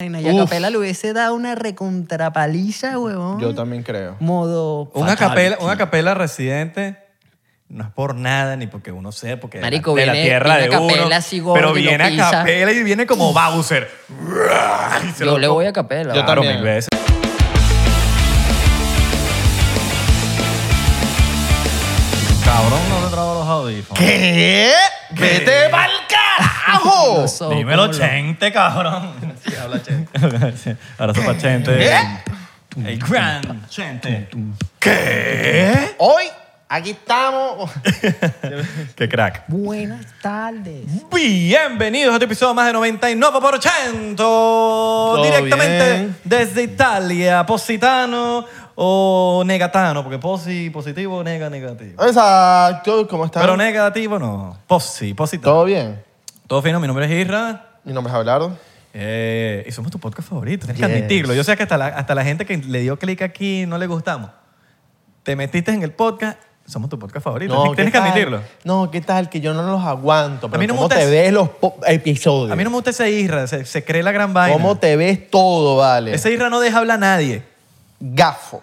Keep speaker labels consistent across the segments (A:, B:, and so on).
A: Y Naya
B: Uf.
A: Capela le hubiese dado una recontrapaliza, huevón.
B: Yo también creo.
A: Modo.
C: Una
A: fatality.
C: capela, una capela residente no es por nada ni porque uno sea, porque de la-
A: Marico,
C: de la,
A: viene-
C: tierra
A: viene
C: de
A: a
C: uno.
A: capela así gordo
C: pero
A: y lo
C: viene a
A: pisa.
C: capela y viene como Bowser. Y se
A: Yo
C: lo-
A: le voy a capela.
B: Yo
A: ¿verdad?
C: Claro,
B: también.
C: mil veces.
D: Cabrón, no te trago los audífonos.
C: ¿Qué?
B: ¡Vete pa'l carajo!
A: Los ojos,
D: Dímelo,
A: ¿cómo lo-
D: chente, cabrón. Sí, habla chente. Abrazo para chente. El gran chente.
C: ¿Qué?
B: Hoy, aquí estamos.
C: ¡Qué crack!
A: Buenas tardes.
C: Bienvenidos a este episodio más de 99%. Directamente
B: bien.
C: desde Italia, Positano o Negatano, porque posi, positivo, nega, negativo.
B: Exacto, ¿cómo están?
C: Pero negativo no, posi, positano.
B: ¿Todo bien?
C: Todo fino, mi nombre es Isra.
B: Mi nombre es Abelardo.
C: eh, y somos tu podcast favorito, tienes que
B: Yes.
C: admitirlo. Yo sé que hasta la, hasta la gente que le dio clic aquí no le gustamos. Te metiste en el podcast, somos tu podcast favorito.
B: No,
C: tienes
B: ¿qué
C: que
B: tal?
C: admitirlo.
B: No, ¿qué tal? Que yo no los aguanto. Pero
C: mí no me
B: ¿Cómo
C: gusta
B: te
C: eso.
B: ves los po- episodios?
C: A mí no me gusta ese Isra, se, se cree la gran vaina.
B: ¿Cómo te ves todo, vale?
C: Ese Isra no deja hablar a nadie.
B: Gafo.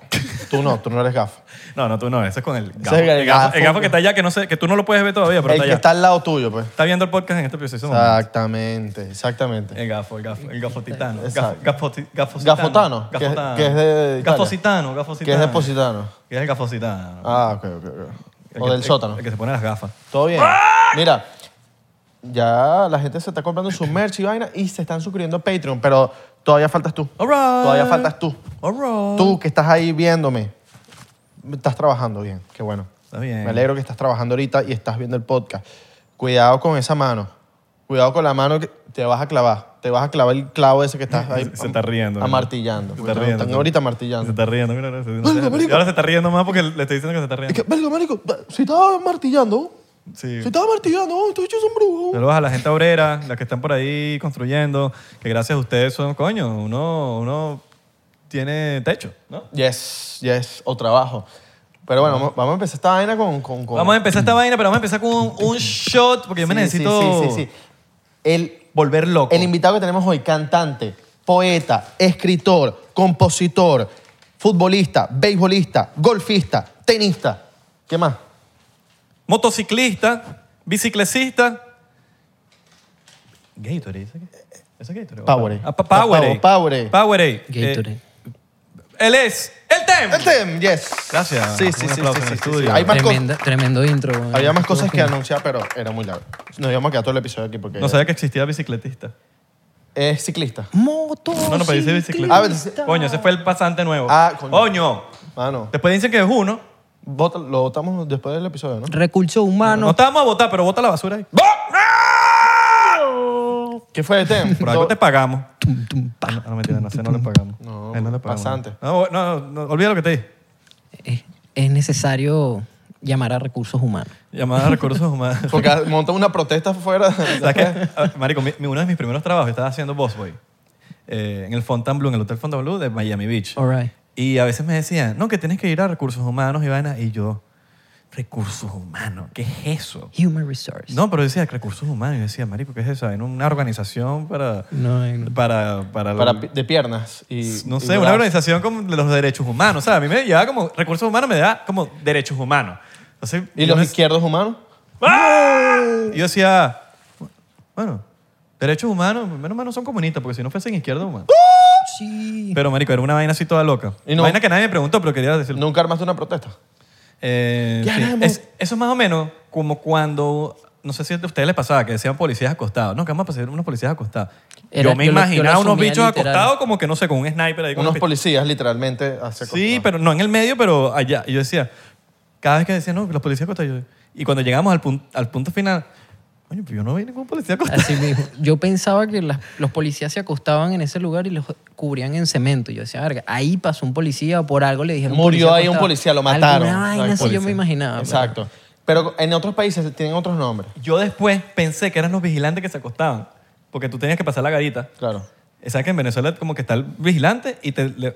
B: tú no, tú no eres gafo.
C: No, no, tú no, ese es con el gafo.
B: es el
C: el, gafo,
B: gafo.
C: el gafo que está allá, que, no sé, que tú no lo puedes ver todavía, pero
B: El
C: está
B: que
C: allá.
B: está al lado tuyo, pues.
C: Está viendo el podcast en este episodio.
B: Exactamente, exactamente.
C: El gafo, el gafo, el gafo titano.
B: Exacto.
C: Gafocitano.
B: Gafotano, que es- que es de Italia.
C: Gafocitano, gafocitano.
B: Que es de Positano.
C: Que es el gafocitano.
B: Ah, ok, ok, ok.
C: El
B: O
C: que-
B: del
C: el-
B: sótano.
C: El que se pone las gafas.
B: Todo bien.
C: ¡Ah!
B: Mira, ya la gente se está comprando su merch y vaina y se están suscribiendo a Patreon, pero todavía faltas tú.
C: All right.
B: Todavía faltas tú.
C: All right.
B: Tú que estás ahí viéndome, estás trabajando bien, qué bueno.
C: Está bien.
B: Me alegro que estás trabajando ahorita y estás viendo el podcast. Cuidado con esa mano. Cuidado con la mano que te vas a clavar. Te vas a clavar el clavo ese que estás ahí.
C: Se está riendo. mira.
B: Amartillando.
C: Se está riendo.
B: Están ahorita
C: Se
B: martillando.
C: está riendo, mira. mira, se-
B: Venga,
C: y
B: marico.
C: ahora se está riendo más porque le estoy diciendo que se está
B: Es
C: riendo.
B: que, verga, marico, si estaba martillando,
C: Sí.
B: si estaba martillando, oh, estos hechos son brujos.
C: Saludos a la gente obrera, las que están por ahí construyendo, que gracias a ustedes son, coño, uno, uno tiene techo, ¿no?
B: Yes, yes, o trabajo. Pero bueno, vamos, vamos a empezar esta vaina con... con, con-
C: Vamos a empezar esta vaina, pero vamos a empezar con un, un shot, porque yo me
B: Sí, sí,
C: necesito
B: Sí, sí, sí. El,
C: volver loco.
B: el invitado que tenemos hoy, cantante, poeta, escritor, compositor, futbolista, beisbolista, golfista, tenista. ¿Qué más?
C: Motociclista, biciclesista. Gatorade, ¿eso qué? ¿Eso es Gatorade?
B: Powerade.
C: Ah, pa- Powerade.
B: Pa- Powerade.
C: Powerade.
A: Gatorade.
C: Eh, él es el TEM.
B: El TEM, yes.
C: Gracias.
B: Sí,
C: Un
B: sí, sí, sí,
C: aplauso en
B: sí,
C: el
B: sí, sí.
C: estudio.
B: Hay más cosas.
A: Tremenda- tremendo intro. weón.
B: Había más cosas que anunciar, pero era muy largo. Nos íbamos a quedar todo el episodio aquí porque
C: No sabía que existía bicicletista.
B: es ciclista.
A: Moto.
C: No, no, pero dice
B: Ah,
C: bicicleta.
B: bicicleta.
C: Coño, ese fue el pasante nuevo.
B: Ah, coño.
C: coño.
B: Mano,
C: Después dicen que es uno.
B: vota- lo votamos después del episodio, ¿no?
A: Recurso
C: No,
A: humano.
C: estábamos a votar, pero bota la basura ahí.
A: ¡Ah!
B: ¿Qué fue el TEM?
C: Por algo
B: Todo-
C: te pagamos. Ah,
A: Tum, tum, pa.
C: No, no, mentira, no sé, no le pagamos.
B: No,
C: A él le pagamos.
B: pasante.
C: No, no, no, olvida lo que te dije.
A: Es, es necesario llamar a recursos humanos.
C: Llamada a recursos humanos.
B: Porque montó una protesta fuera.
C: ¿Sabes qué? Ah, Marico, mi- mi- uno de mis primeros trabajos, yo estaba haciendo Bossboy eh, en el Fontainebleau, en el Hotel Fontainebleau de Miami Beach.
A: All right.
C: Y a veces me decían, no, que tienes que ir a recursos humanos, Ivana. Y yo, recursos humanos, ¿qué es eso?
A: Human resource.
C: No, pero yo decía recursos humanos. Yo decía, marico, ¿qué es eso? En una organización para...
A: No, hay-
C: Para... Para...
B: Para pi- de piernas. Y,
C: no
B: y
C: sé, una
B: brazos.
C: organización como de los derechos humanos. O sea, a mí me llevaba como... Recursos humanos me da como derechos humanos. Entonces,
B: ¿Y
C: yo
B: los
C: me-
B: izquierdos humanos?
C: ¡Ah! Y yo decía, bueno, derechos humanos, menos mal no son comunistas, porque si no fuesen izquierda humana.
A: Sí.
C: Pero, marico, era una vaina así toda loca.
B: ¡Uh! Y no-
C: Vaina que nadie me preguntó, pero quería decirlo.
B: ¿Nunca armaste una protesta?
C: Eh,
B: ¿Qué
C: sí.
B: haremos?
C: Es- eso es más o menos como cuando, no sé si a ustedes les pasaba, que decían policías acostados. No, que vamos a pasar unos policías acostados.
A: Era-
C: yo me
A: yo lo- yo lo
C: imaginaba unos
A: asumía
C: bichos
A: literal.
C: acostados como que, no sé, con un sniper ahí. con
B: Unos
C: una pistola.
B: policías literalmente hace
C: Sí, pero no en el medio, pero allá. Y yo decía, cada vez que decía, no, que los policías acostados. yo- Y cuando llegamos al, pun- al punto final, coño, pues yo no vi ningún policía acostado.
A: Así mismo. Yo pensaba que las- los policías se acostaban en ese lugar y los cubrían en cemento. Yo decía, verga, ahí pasó un policía o por algo le dijeron.
B: Murió
A: policía
B: ahí un
A: acostado.
B: policía, lo
A: Alguna
B: mataron.
A: vaina así
B: Ay,
A: yo
C: policía.
A: me imaginaba.
B: Exacto. Pero en otros países tienen otros nombres.
C: Yo después pensé que eran los vigilantes que se acostaban, porque tú tenías que pasar la garita.
B: Claro.
C: Sabes que en Venezuela como que está el vigilante y te... le-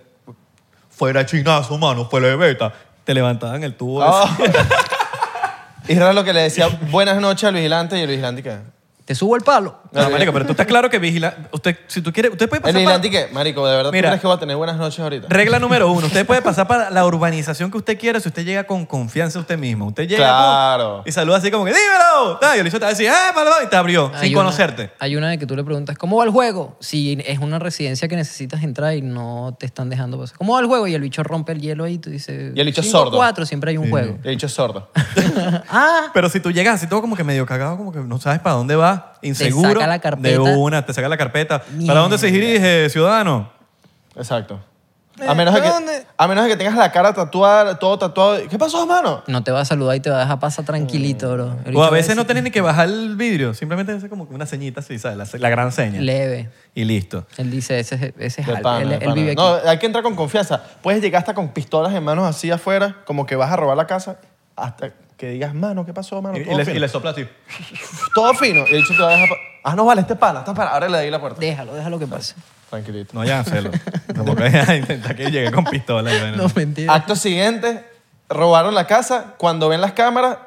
C: fuera chinazo, mano, fuera de beta. Te levantaban el
B: Oh.
C: tubo. ese.
B: Ah. Israel lo que le decía buenas noches al vigilante y el vigilante que...
A: Te subo el palo.
C: No, marico, pero tú estás claro que vigila. Usted, si tú quieres, usted puede pasar.
B: En
C: para-
B: Islandia, ¿qué? Marico, de verdad,
C: Mira.
B: ¿tú crees que voy a tener buenas noches ahorita?
C: Regla número uno, usted puede pasar para la urbanización que usted quiera si usted llega con confianza a usted mismo. Usted llega
B: Claro.
C: como- y saluda así como que ¡Dímelo! Ta, Y el bicho te va a decir ¡Eh, palo! Y te abrió
A: Hay
C: sin
A: una-
C: conocerte.
A: hay una de que tú le preguntas, ¿cómo va el juego? Si es una residencia que necesitas entrar y no te están dejando pasar. ¿Cómo va el juego? Y el bicho rompe el hielo ahí y tú dices...
B: Y el bicho es
A: "Cinco a
B: sordo".
A: cuatro, siempre hay un juego.
B: He dicho sordo.
A: ah,
C: Pero si tú llegas así todo como que medio cagado, como que no sabes para dónde vas, inseguro.
A: saca la carpeta.
C: De una, te saca la carpeta.
A: Mierda.
C: ¿Para dónde se dirige, ciudadano?
B: Exacto.
A: Eh,
B: A menos, de que,
A: ¿dónde?
B: a menos de que tengas la cara tatuada, todo tatuado. ¿Qué pasó, hermano?
A: no te va a saludar y te va a dejar pasar tranquilito, bro. El bicho
C: O
A: va
C: a veces
A: decir,
C: no tenés ni que bajar el vidrio, simplemente hace como que una ceñita así, ¿sabes? La, la gran seña.
A: Leve.
C: y listo.
A: Él dice, ese, es- ese es
B: De
A: Hal.
B: pana,
A: él,
B: de
A: él
B: pana.
A: vive aquí.
B: No, hay que entrar con confianza. Puedes llegar hasta con pistolas en manos así afuera, como que vas a robar la casa, hasta que digas, mano, ¿qué pasó, mano?
C: Y, y
B: Todo
C: le,
B: fino.
C: y le sopla así.
B: Todo fino. Y el bicho te va a dejar. pa- Ah, no, vale, este pana, está para. Ahora le di la puerta.
A: Déjalo, déjalo que pase.
B: Tranquilito.
C: No, ya, hacerlo. Tampoco hay intentar que llegue con pistola. y vaina.
A: No, mentira.
B: Acto siguiente, robaron la casa. Cuando ven las cámaras,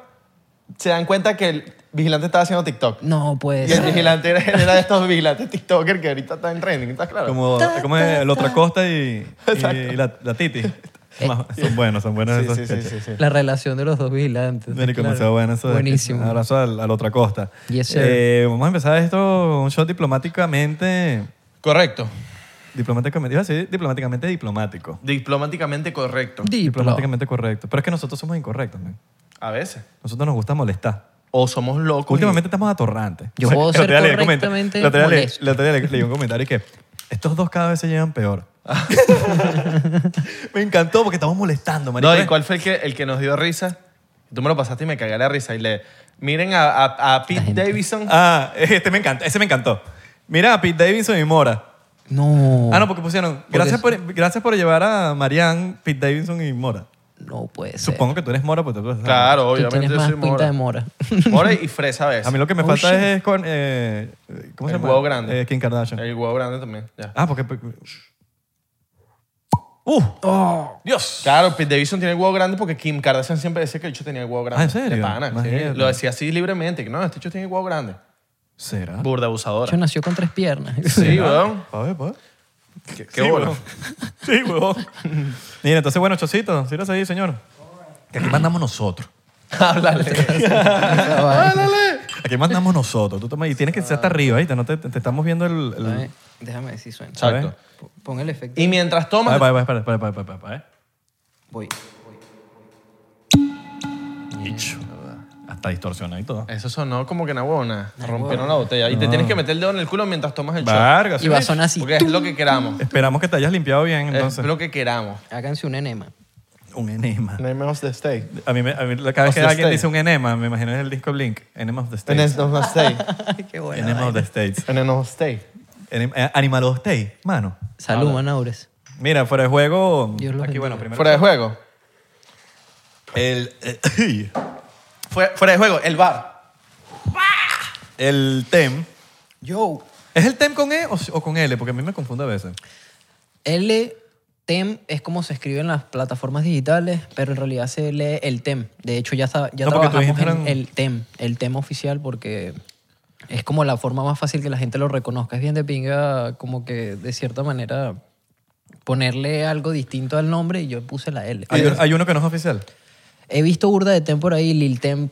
B: se dan cuenta que el vigilante estaba haciendo TikTok.
A: No pues. puede
B: Y el
A: ser.
B: vigilante era, era de estos vigilantes TikToker que ahorita está en trending, ¿estás claro?
C: Como, como es el otro Costa y, y- y la, la Titi.
A: Eh,
C: Más- Son buenos, son buenos
B: sí,
C: esos
B: sí, sí,
C: sketches.
B: sí, sí.
A: La relación de los dos vigilantes.
C: Marico,
A: claro.
C: demasiado bueno eso. de-
A: Buenísimo.
C: Un abrazo al, al otro Costa.
A: Yes, sir.
C: Eh, vamos a empezar esto un show diplomáticamente...
B: Correcto.
C: Diplomáticamente, iba a decir diplomáticamente diplomático.
B: Diplomáticamente correcto.
A: Diplo.
C: Diplomáticamente correcto. Pero es que nosotros somos incorrectos, man.
B: A veces.
C: Nosotros nos gusta molestar.
B: O somos locos. y-
C: Últimamente estamos atorrantes.
A: Yo
C: El
A: puedo
C: otro
A: ser
C: día leí un comentario-
A: correctamente
C: el otro día leí-
A: molesto.
C: El otro día le- leí un comentario y que estos dos cada vez se llevan peor. Me encantó porque estamos molestando, marico.
B: No, ¿y cuál fue el que, el que nos dio risa? Tú me lo pasaste y me cagué la risa. Y le. Miren a, a, a Pete Davidson.
C: Ah, este me encanta, ese me encantó. Mira, a Pete Davidson y Mora.
A: No.
C: Ah, no, porque pusieron. Gracias por, gracias por llevar a Marianne, Pete Davidson y Mora.
A: No puede ser.
C: Supongo que tú eres Mora, pues te
B: Claro,
A: Tú
B: obviamente.
A: tienes
B: yo
A: más
B: soy
A: pinta
B: mora.
A: de mora.
B: Mora y fresa a veces.
C: A mí lo que me
A: Oh,
C: falta
A: shit.
C: es con. eh, ¿Cómo se
B: El
C: llama?
B: huevo grande.
C: Eh, Kim Kardashian.
B: El huevo grande también. ya.
C: Ah, porque. ¡Uh!
B: Dios. Claro, Pete Davidson tiene el huevo grande porque Kim Kardashian siempre decía que el bicho tenía el huevo grande.
C: Ah, ¿en serio?
B: De pana, sí.
C: Imagínate.
B: Lo decía así libremente. Que no, este bicho tiene el huevo grande.
C: ¿Será?
A: De
B: Burda
A: hecho,
B: abusadora.
A: nació con tres piernas.
B: Sí, weón.
C: A ver, pa' ver.
B: Qué,
C: Sí,
B: bola.
C: huevón. Sí, huevón. Mira, entonces, bueno, Chocito, síguese ahí, señor. Que aquí mandamos nosotros.
B: Háblale.
C: Aquí mandamos nosotros. Tú toma- y tienes que ser hasta arriba, ¿viste? No te, te estamos viendo el. el-
A: Ay, Déjame ver si suena.
C: ¿sabes?
B: Exacto.
A: P- Pon el efecto.
B: Y mientras tomas.
C: Ay, pa- pa- espera, espera, espera, espera, espera, ¿eh?
A: Voy.
C: Icho. Hasta distorsiona y todo.
B: Eso sonó como que una buena. Rompieron la botella. Y te tienes que meter el dedo en el culo mientras tomas el shot.
C: Vargas.
A: Y va a sonar así.
B: Porque es lo que queramos.
C: Esperamos que te hayas limpiado bien,
B: Es
C: entonces.
B: lo que queramos.
A: Háganse un enema.
C: Un enema.
B: Name of the state.
C: A mí, me- a mí cada
B: Of
C: vez
B: the
C: que alguien
B: state.
C: dice un enema, me imagino es el disco Blink. Enema of the
B: En
C: States.
B: el of the state.
A: Ay, qué bueno.
C: Enema of the States.
B: En el of the state.
C: Enem- eh, Animal of the States, mano.
A: Salud, Manaures.
C: Mira, fuera de juego.
A: Dios los
C: aquí, bueno,
A: bendiga.
C: primero.
B: Fuera de juego.
C: El, eh,
B: Fuera, fuera de juego, el bar.
C: el TEM.
A: Yo.
C: ¿Es el TEM con E o, o con L? Porque a mí me confunde a veces.
A: L TEM es como se escribe en las plataformas digitales, pero en realidad se lee el TEM. De hecho, ya, está- ya
C: No, porque tú
A: trabajamos en
C: dijeron-
A: el TEM, el TEM oficial, porque es como la forma más fácil que la gente lo reconozca. Es bien de pinga, como que de cierta manera ponerle algo distinto al nombre y yo puse la L.
C: Hay, hay uno que no es oficial.
A: E He visto burda de TEM por ahí, Lil TEM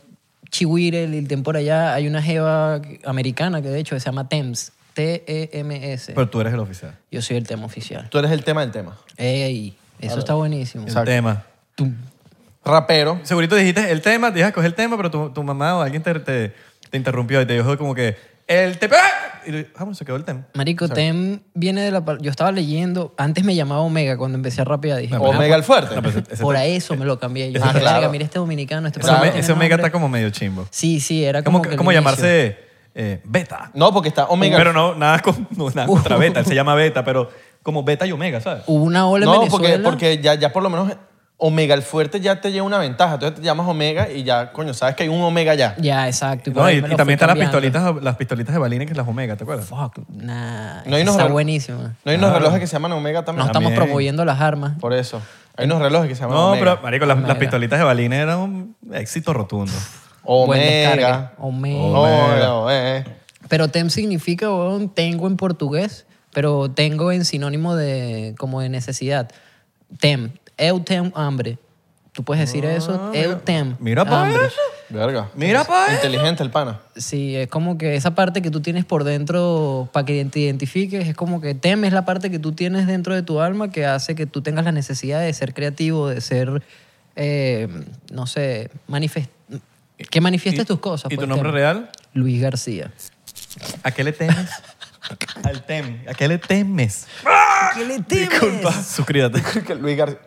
A: Chihuire, Lil TEM por allá. Hay una jeva americana que de hecho se llama TEMS, T-E-M-S.
C: Pero tú eres el oficial.
A: Yo soy el TEM oficial.
B: Tú eres el tema del tema.
A: Ey, eso está buenísimo.
C: El tema.
B: Rapero.
C: Segurito dijiste el tema, dijiste escoger el tema, pero tu, tu mamá o alguien te, te, te interrumpió y te dijo como que el tema. Y tú, ah, bueno, se quedó el tema.
A: Marico, TEM viene de la... par- Yo estaba leyendo, antes me llamaba Omega cuando empecé a rapear, dije,
C: No,
A: "Ah,
B: Omega el fuerte.
C: No, pero ese- ese-
A: por a eso me lo cambié. Yo
B: Ah,
A: dije,
B: claro.
A: "Verga, mira este dominicano, este
C: ese
A: pana
C: Ome-
A: tiene
C: ese omega
A: nombre".
C: está como medio chimbo.
A: Sí, sí, era como
C: ¿Cómo,
A: que el
C: cómo
A: inicio.
C: llamarse eh, beta?
B: No, porque está Omega.
C: Pero no, nada, con, no, nada
A: Uh.
C: contra beta. Él se llama beta, pero como beta y omega, ¿sabes?
A: Hubo una ola en
B: no, porque,
A: Venezuela.
B: porque ya, ya por lo menos Omega el fuerte ya te lleva una ventaja. Entonces te llamas Omega y ya, coño, sabes que hay un Omega ya.
A: Ya, exacto. por
C: No,
A: ahí
C: y,
A: me
C: y
A: lo
C: también
A: fui
C: están las
A: cambiando.
C: pistolitas, las pistolitas de balines que es las omega, ¿te acuerdas?
A: Fuck, nah,
B: No hay unos
A: está
B: rel-
A: buenísimo.
B: No hay unos relojes que se llaman Omega también.
A: No estamos
C: También.
A: promoviendo las armas.
B: Por eso. Hay unos relojes que se llaman
C: No,
B: Omega.
C: pero, marico, las, las
A: Omega.
C: pistolitas de balines eran un éxito rotundo.
A: Buen
B: Omega.
A: descargue. Omega.
B: Omega. eh, eh.
A: Pero tem significa, weón, tengo en portugués, pero tengo en sinónimo de como de necesidad. Tem. Eu tem hambre. Tú puedes decir eso. Eu tem.
C: Ah, Mira pues. pa'
A: hambre.
C: eso.
B: Verga.
C: Mira,
A: eh.
C: pa'
B: Inteligente el pana.
A: Sí, es como que esa parte que tú tienes por dentro para que te identifiques, es como que tem es la parte que tú tienes dentro de tu alma que hace que tú tengas la necesidad de ser creativo, de ser, eh, no sé, manifest que manifiestes
C: ¿Y-
A: tus cosas.
C: ¿Y tu
A: pues,
C: nombre
A: tem.
C: real?
A: Luis García.
C: ¿A qué le temes? Al tem. ¿A qué le temes?
A: ¿Qué le temes?
C: Disculpa. Suscríbete.
B: Que Luis García.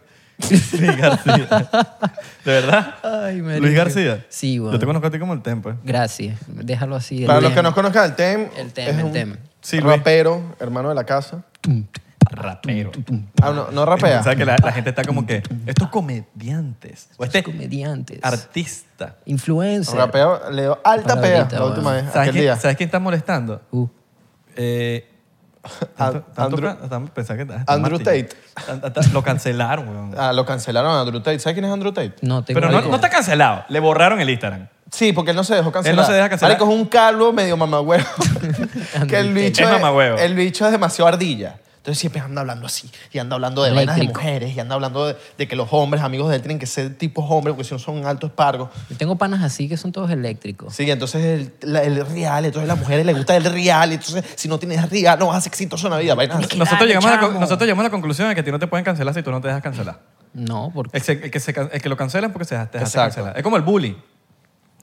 C: Luis García. ¿De verdad?
A: Ay, marico.
C: Luis García.
A: Sí, güey.
C: Yo te conozco a ti como el tem, pues.
A: Gracias. Déjalo así. el
B: Para los
A: tem.
B: que no conozcan, el TEM.
A: El tem,
B: es
A: el
B: un
A: tem.
C: Sí, Luis.
B: rapero, hermano de la casa.
C: Rapero.
B: Ah, no, no
C: O sea,
B: rapea.
C: que la, la gente está como que, estos comediantes, o este
A: Comediantes.
C: artista.
A: Influencer.
B: Rapeo, le dio alta pea
A: Palabrita,
B: la última
A: weón.
B: vez,
C: ¿Sabes
B: aquel
C: quién,
B: día.
C: ¿Sabes quién está molestando?
A: Uh,
C: Eh,
B: A-
C: tanto- tanto
B: Andrew-
C: ca- tanto pensar que-
B: Andrew
C: Martin.
B: Tate.
C: Tan- tan- tan- Lo cancelaron, weón.
B: Ah, lo cancelaron a Andrew Tate. ¿Sabes quién es Andrew Tate?
A: no tengo
C: Pero no,
A: idea.
C: no está cancelado. Le borraron el Instagram.
B: Sí, porque él no se dejó cancelar.
C: Él no se deja cancelar.
B: Marico es un calvo medio mamagüevo. que el bicho
C: Es mamagüevo.
B: El bicho es demasiado ardilla. Entonces siempre anda hablando así. Y anda hablando de vainas de
A: Eléctrico.
B: mujeres. Y anda hablando de, de que los hombres, amigos de él, tienen que ser tipos hombres porque si no son altos pargos.
A: Yo tengo panas así que son todos eléctricos.
B: Sí, entonces el, la- el real. Entonces a las mujeres les gusta el real. Entonces si no tienes real, no vas a ser exitoso en la vida. Vainas así.
C: Nosotros,
A: Dale,
C: llegamos a la,
A: chamo.
C: con- nosotros llegamos a la conclusión de que a ti no te pueden cancelar si tú no te dejas cancelar.
A: No, porque
C: El, se- el que, se can- el que lo cancelan porque se deja- te dejaste
B: Exacto.
C: cancelar. Es como el bullying.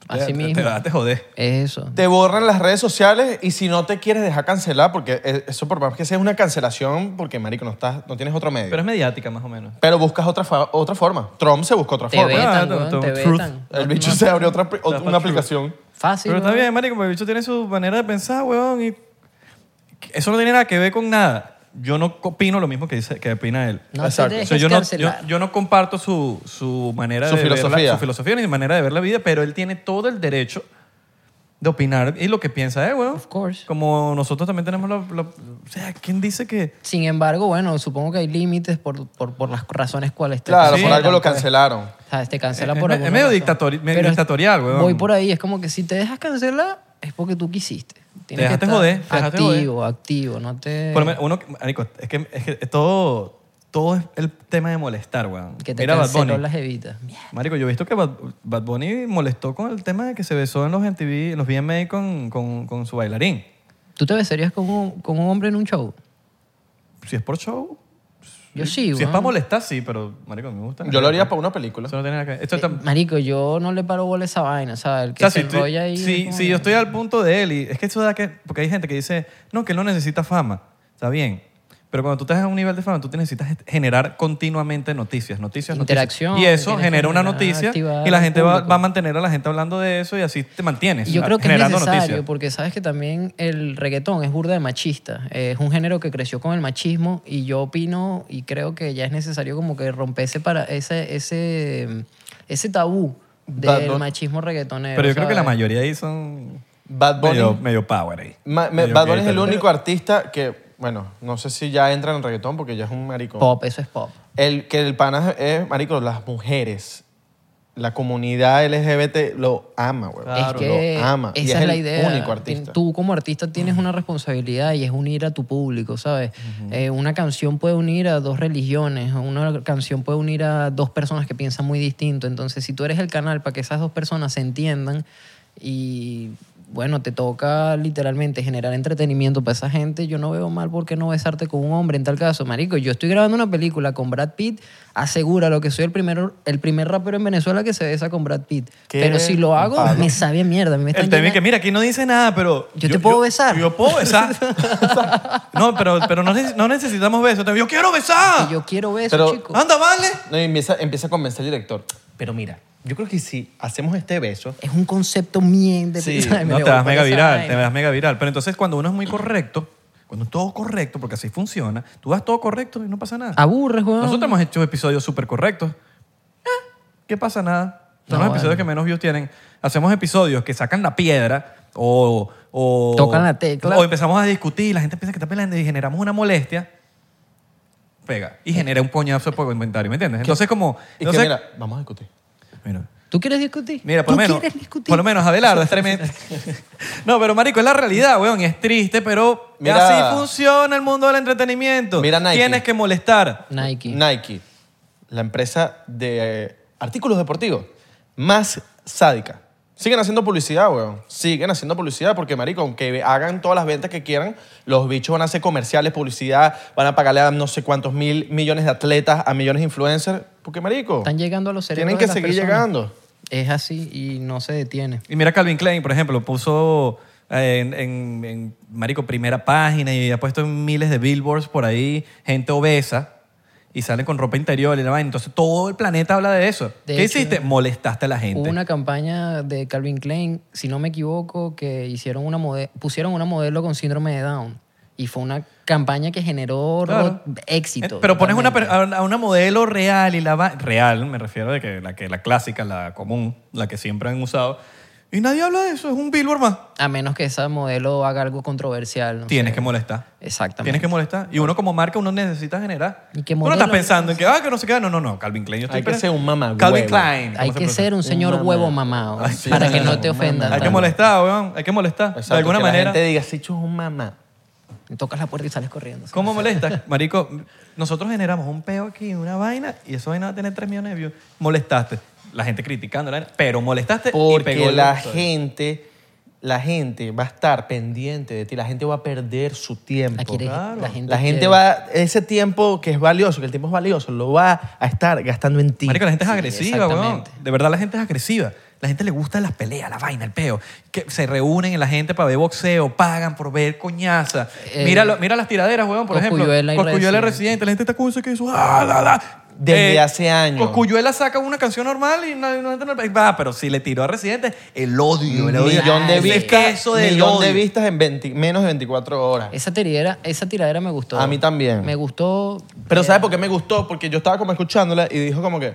C: Te-
A: así
C: te,
A: mismo.
C: Te, dejaste joder.
A: Es eso.
B: Te borran las redes sociales y si no te quieres dejar cancelar, porque eh, eso por más que sea una cancelación, porque marico, no, estás, no tienes otro medio.
C: Pero
B: Pero,
C: es mediática más o menos.
B: buscas otra, fa- otra forma. Trump se buscó otra
A: Te
B: forma.
A: vetan,
C: Ah,
A: weón,
C: no,
A: te
C: no, truth.
A: vetan.
B: El bicho se abrió otra, pri- ot-
C: That's
B: una
C: true.
B: aplicación.
A: Fácil.
C: Pero está
A: weón.
C: bien, marico, porque el bicho tiene su manera de pensar, weón. Y eso no tiene nada que ver con nada. Yo no opino lo mismo que, dice, que opina él.
A: No se
B: Exacto.
A: dejes
C: yo, no, yo,
A: cancelar.
C: yo no comparto su, su manera
B: Su
C: de ver
B: filosofía.
C: la, su filosofía ni su manera de ver la vida, pero él tiene todo el derecho de opinar y lo que piensa es, weón.
A: Of course.
C: Como nosotros también tenemos la, la- O sea, ¿quién dice que...?
A: Sin embargo, bueno, supongo que hay límites por, por, por las razones cuales te
B: Claro,
C: Sí,
B: por algo lo
A: pues.
B: cancelaron.
A: ¿Sabes? Te cancela
C: Es-
A: por
C: es-
A: alguna
C: es medio
A: razón.
C: dictatori- medio
A: Pero es-
C: dictatorial, weón.
A: Voy por ahí. Es como que si te dejas cancelar, es porque tú quisiste. Tienes que
C: dejaste
A: estar
C: joder, te dejaste
A: activo,
C: joder.
A: activo. No te...
C: Por lo menos uno, marico, es que, es que todo, todo es el tema de molestar, weón.
A: que te
C: Mira Bad
A: canceló
C: Bunny.
A: las evitas.
C: Marico, yo he visto que Bad, Bad Bunny molestó con el tema de que se besó en los MTV, en los VMA con, con, con su bailarín.
A: ¿Tú te besarías con un, con un hombre en un show?
C: Si es por show...
A: Yo sí,
C: Si es
A: weón.
C: para molestar, sí, pero, marico, a mí me gusta.
B: Yo lo haría para una película.
C: Eso no tiene nada que ver. Esto
A: Eh,
C: está-
A: Marico, yo no le paro bola a esa vaina, ¿sabes? El
C: o
A: que
C: sea,
A: se
C: si, tú-
A: enrolla ahí...
C: si-
A: es como
C: si
A: que-
C: yo estoy al punto de él, y es que eso da que. Porque hay gente que dice, no, que él no necesita fama. Está bien. Pero cuando tú estás a un nivel de fama, tú te necesitas generar continuamente noticias, noticias, noticias.
A: Interacción,
C: Y eso
A: tienes que
C: genera una
A: generar,
C: noticia
A: activar
C: y la
A: al
C: gente va,
A: público.
C: va a mantener a la gente hablando de eso y así te mantienes.
A: Y yo
C: ah,
A: creo que es
C: generando
A: necesario
C: noticias.
A: porque sabes que también el reggaetón es burda de machista. Eh, Es un género que creció con el machismo y yo opino y creo que ya es necesario como que romper ese, para, ese, ese, ese tabú
B: Da-
A: del
B: no-
A: machismo reggaetonero.
C: Pero yo creo que la
A: ¿sabes?
C: mayoría ahí son
B: Bad Bunny,
C: medio, medio power ahí.
B: Ma- me-
C: Medio
B: Bad
C: que
B: Bunny es el
C: tal.
B: único artista que, bueno, no sé si ya entra en reggaetón porque ya es un maricón.
A: Pop, eso es pop.
B: El que el pana es, marico, las mujeres, la comunidad LGBT lo ama, güey.
A: es que
B: lo ama. y
A: esa
B: es,
A: es la
B: el
A: idea.
B: único artista.
A: Tú como artista tienes una responsabilidad y es unir a tu público, ¿sabes? Eh, una canción puede unir a dos religiones, una canción puede unir a dos personas que piensan muy distinto. Entonces, si tú eres el canal para que esas dos personas se entiendan y bueno, te toca literalmente generar entretenimiento para esa gente. Yo no veo mal por qué no besarte con un hombre en tal caso. Marico, yo estoy grabando una película con Brad Pitt, asegura lo que soy el primer, el primer rapero en Venezuela que se besa con Brad Pitt.
B: Qué
A: Pero si lo hago,
B: palo.
A: me sabe a mierda. A mí me están
C: El tema es que,
A: llenando-
C: mira, aquí no dice nada, pero...
A: Yo te puedo besar.
C: Yo puedo besar. no, pero, pero no, neces- no necesitamos besos. Yo quiero besar.
A: que yo quiero besos,
B: Pero-
A: chico.
C: Anda, vale.
B: No, y empieza, empieza a convencer al director. Pero mira, yo creo que si hacemos este beso,
A: Es un concepto mierda.
B: Sí,
A: ¿sabes? Me
C: No,
A: le
C: te
A: voy
C: das
A: por
C: mega
A: esa
C: viral,
A: vaina.
C: te das mega viral. Pero entonces cuando uno es muy correcto, cuando todo correcto, porque así funciona, tú das todo correcto y no pasa nada.
A: Aburres, weón.
C: Nosotros hemos hecho episodios súper correctos. Eh, ¿Qué pasa nada? Son
A: No,
C: los episodios
A: bueno.
C: que menos views tienen. Hacemos episodios que sacan la piedra o... o-
A: Tocan la tecla.
C: O empezamos a discutir, la gente piensa que está peleando y generamos una molestia. Pega. Y genera un poñazo por comentario, ¿me entiendes? Entonces como...
B: y
C: entonces-
B: que mira, vamos a discutir.
C: Mira,
A: ¿Tú quieres discutir?
C: Mira, por lo
A: ¿Tú
C: menos.
A: quieres discutir?
C: Por lo menos Abelardo es tremendo. No, pero marico, es la realidad, weón. y Es triste, pero
B: Mira-
C: así funciona el mundo del entretenimiento.
B: Mira Nike.
C: Tienes que molestar.
A: Nike.
B: Nike, la empresa de eh, artículos deportivos más sádica. Siguen haciendo publicidad, weón. Siguen haciendo publicidad porque, marico, aunque hagan todas las ventas que quieran, los bichos van a hacer comerciales, publicidad, van a pagarle a no sé cuántos mil millones de atletas, a millones de influencers. Porque, marico,
A: Están llegando a los cerebros
B: tienen que
A: de las
B: seguir
A: personas.
B: llegando.
A: Es así y no se detiene.
C: Y mira Calvin Klein, por ejemplo, puso eh, en, en- en, marico, primera página y ha puesto en miles de billboards por ahí, gente obesa y salen con ropa interior y la vaina. Entonces todo el planeta habla de eso.
A: De
C: ¿Qué
A: hecho,
C: hiciste? Molestaste a la gente. Eh,
A: Hubo una campaña de Calvin Klein, si no me equivoco, que hicieron una mode- pusieron una modelo con síndrome de Down. Y fue una campaña que generó
C: Claro.
A: ro- éxito.
C: Eh, Pero pones una, per-
A: totalmente.
C: a a una modelo real y la va- real, me refiero de que la que la clásica, la común, la que siempre han usado. Y nadie habla de eso, es un billboard más.
A: A menos que esa modelo haga algo controversial. no
C: Tienes
A: sé.
C: que molestar.
A: Exactamente.
C: Tienes que molestar. Y uno como marca, uno necesita generar.
A: Y que
C: Tú no
A: modelo-
C: estás pensando en que, ah, que no se queda. No, no, no. Calvin Klein. Yo estoy
B: Hay que
C: pensando-
B: ser un mamagüevo.
C: Calvin Klein. ¿cómo
A: Hay que
C: se pronuncia?
A: ser un señor
B: mamá.
A: huevo mamado
B: Ay, sí,
A: para que
B: mamá.
A: no te ofendas.
C: Hay que
A: tanto.
C: molestar, weón. Hay que molestar.
B: Exacto,
C: de alguna
B: que
C: manera.
B: La gente diga, ese chico es un mamá.
A: Tocas la puerta y sales corriendo. ¿sí?
C: ¿Cómo molestas? Marico, nosotros generamos un peo aquí, una vaina, y esa vaina va a tener 3 millones de views. Molestaste. La gente criticando, la vaina, pero molestaste y pegó
B: Porque
C: el eh.
B: la
C: gusto.
B: gente, la gente va a estar pendiente de ti, la gente va a perder su tiempo.
A: La, quiere-
C: claro.
A: la gente,
B: La gente
A: quiere-
B: va, ese tiempo que es valioso, que el tiempo es valioso, lo va a estar gastando en ti.
C: Marico, la gente es
A: Sí,
C: agresiva, weón.
A: exactamente.
C: De verdad, la gente es agresiva. La gente le gustan las peleas, la vaina, el peo. Que se reúnen en la gente para ver boxeo, pagan por ver coñaza.
A: Eh,
C: mira, lo- mira las tiraderas, weón, por ejemplo.
A: Cosculluela y
C: Cosculluela y
A: Residente.
C: Residente. La gente está con eso que eso. ah, la, la.
B: Desde hace años.
C: Cosculluela saca una canción normal y no, no, no- no- va, pero si le tiró a Residente, el odio, el odio.
B: millón de
C: Ese
B: vistas,
C: queso del
B: millón
C: odio.
B: de vistas en 20 menos de 24 horas.
A: Esa tiradera, esa tiradera me gustó.
B: A mí también.
A: Me gustó.
B: Pero ¿sabes por qué me gustó? Porque yo estaba como escuchándola y dijo como que